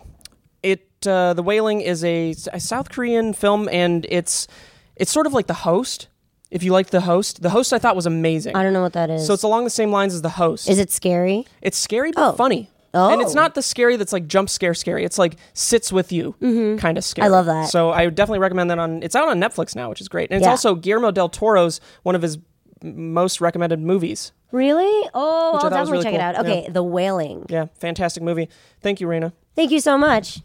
Speaker 2: it uh, the Wailing is a, a South Korean film, and it's it's sort of like the host. If you like the host, the host I thought was amazing.
Speaker 1: I don't know what that is.
Speaker 2: So it's along the same lines as the host.
Speaker 1: is it scary?
Speaker 2: It's scary but
Speaker 1: Oh.
Speaker 2: funny.
Speaker 1: Oh.
Speaker 2: And it's not the scary that's like jump scare scary. It's like sits with you kind of scary.
Speaker 1: Mm-hmm. I love that.
Speaker 2: So I would definitely recommend that on it's out on Netflix now, which is great. And it's
Speaker 1: Yeah.
Speaker 2: also Guillermo del Toro's one of his m- most recommended movies.
Speaker 1: Really? Oh,
Speaker 2: Which I
Speaker 1: I'll
Speaker 2: thought was
Speaker 1: definitely
Speaker 2: really
Speaker 1: check it
Speaker 2: cool.
Speaker 1: out. Okay, The Wailing.
Speaker 2: Yeah, fantastic movie. Thank you, Raina.
Speaker 1: Thank you so much.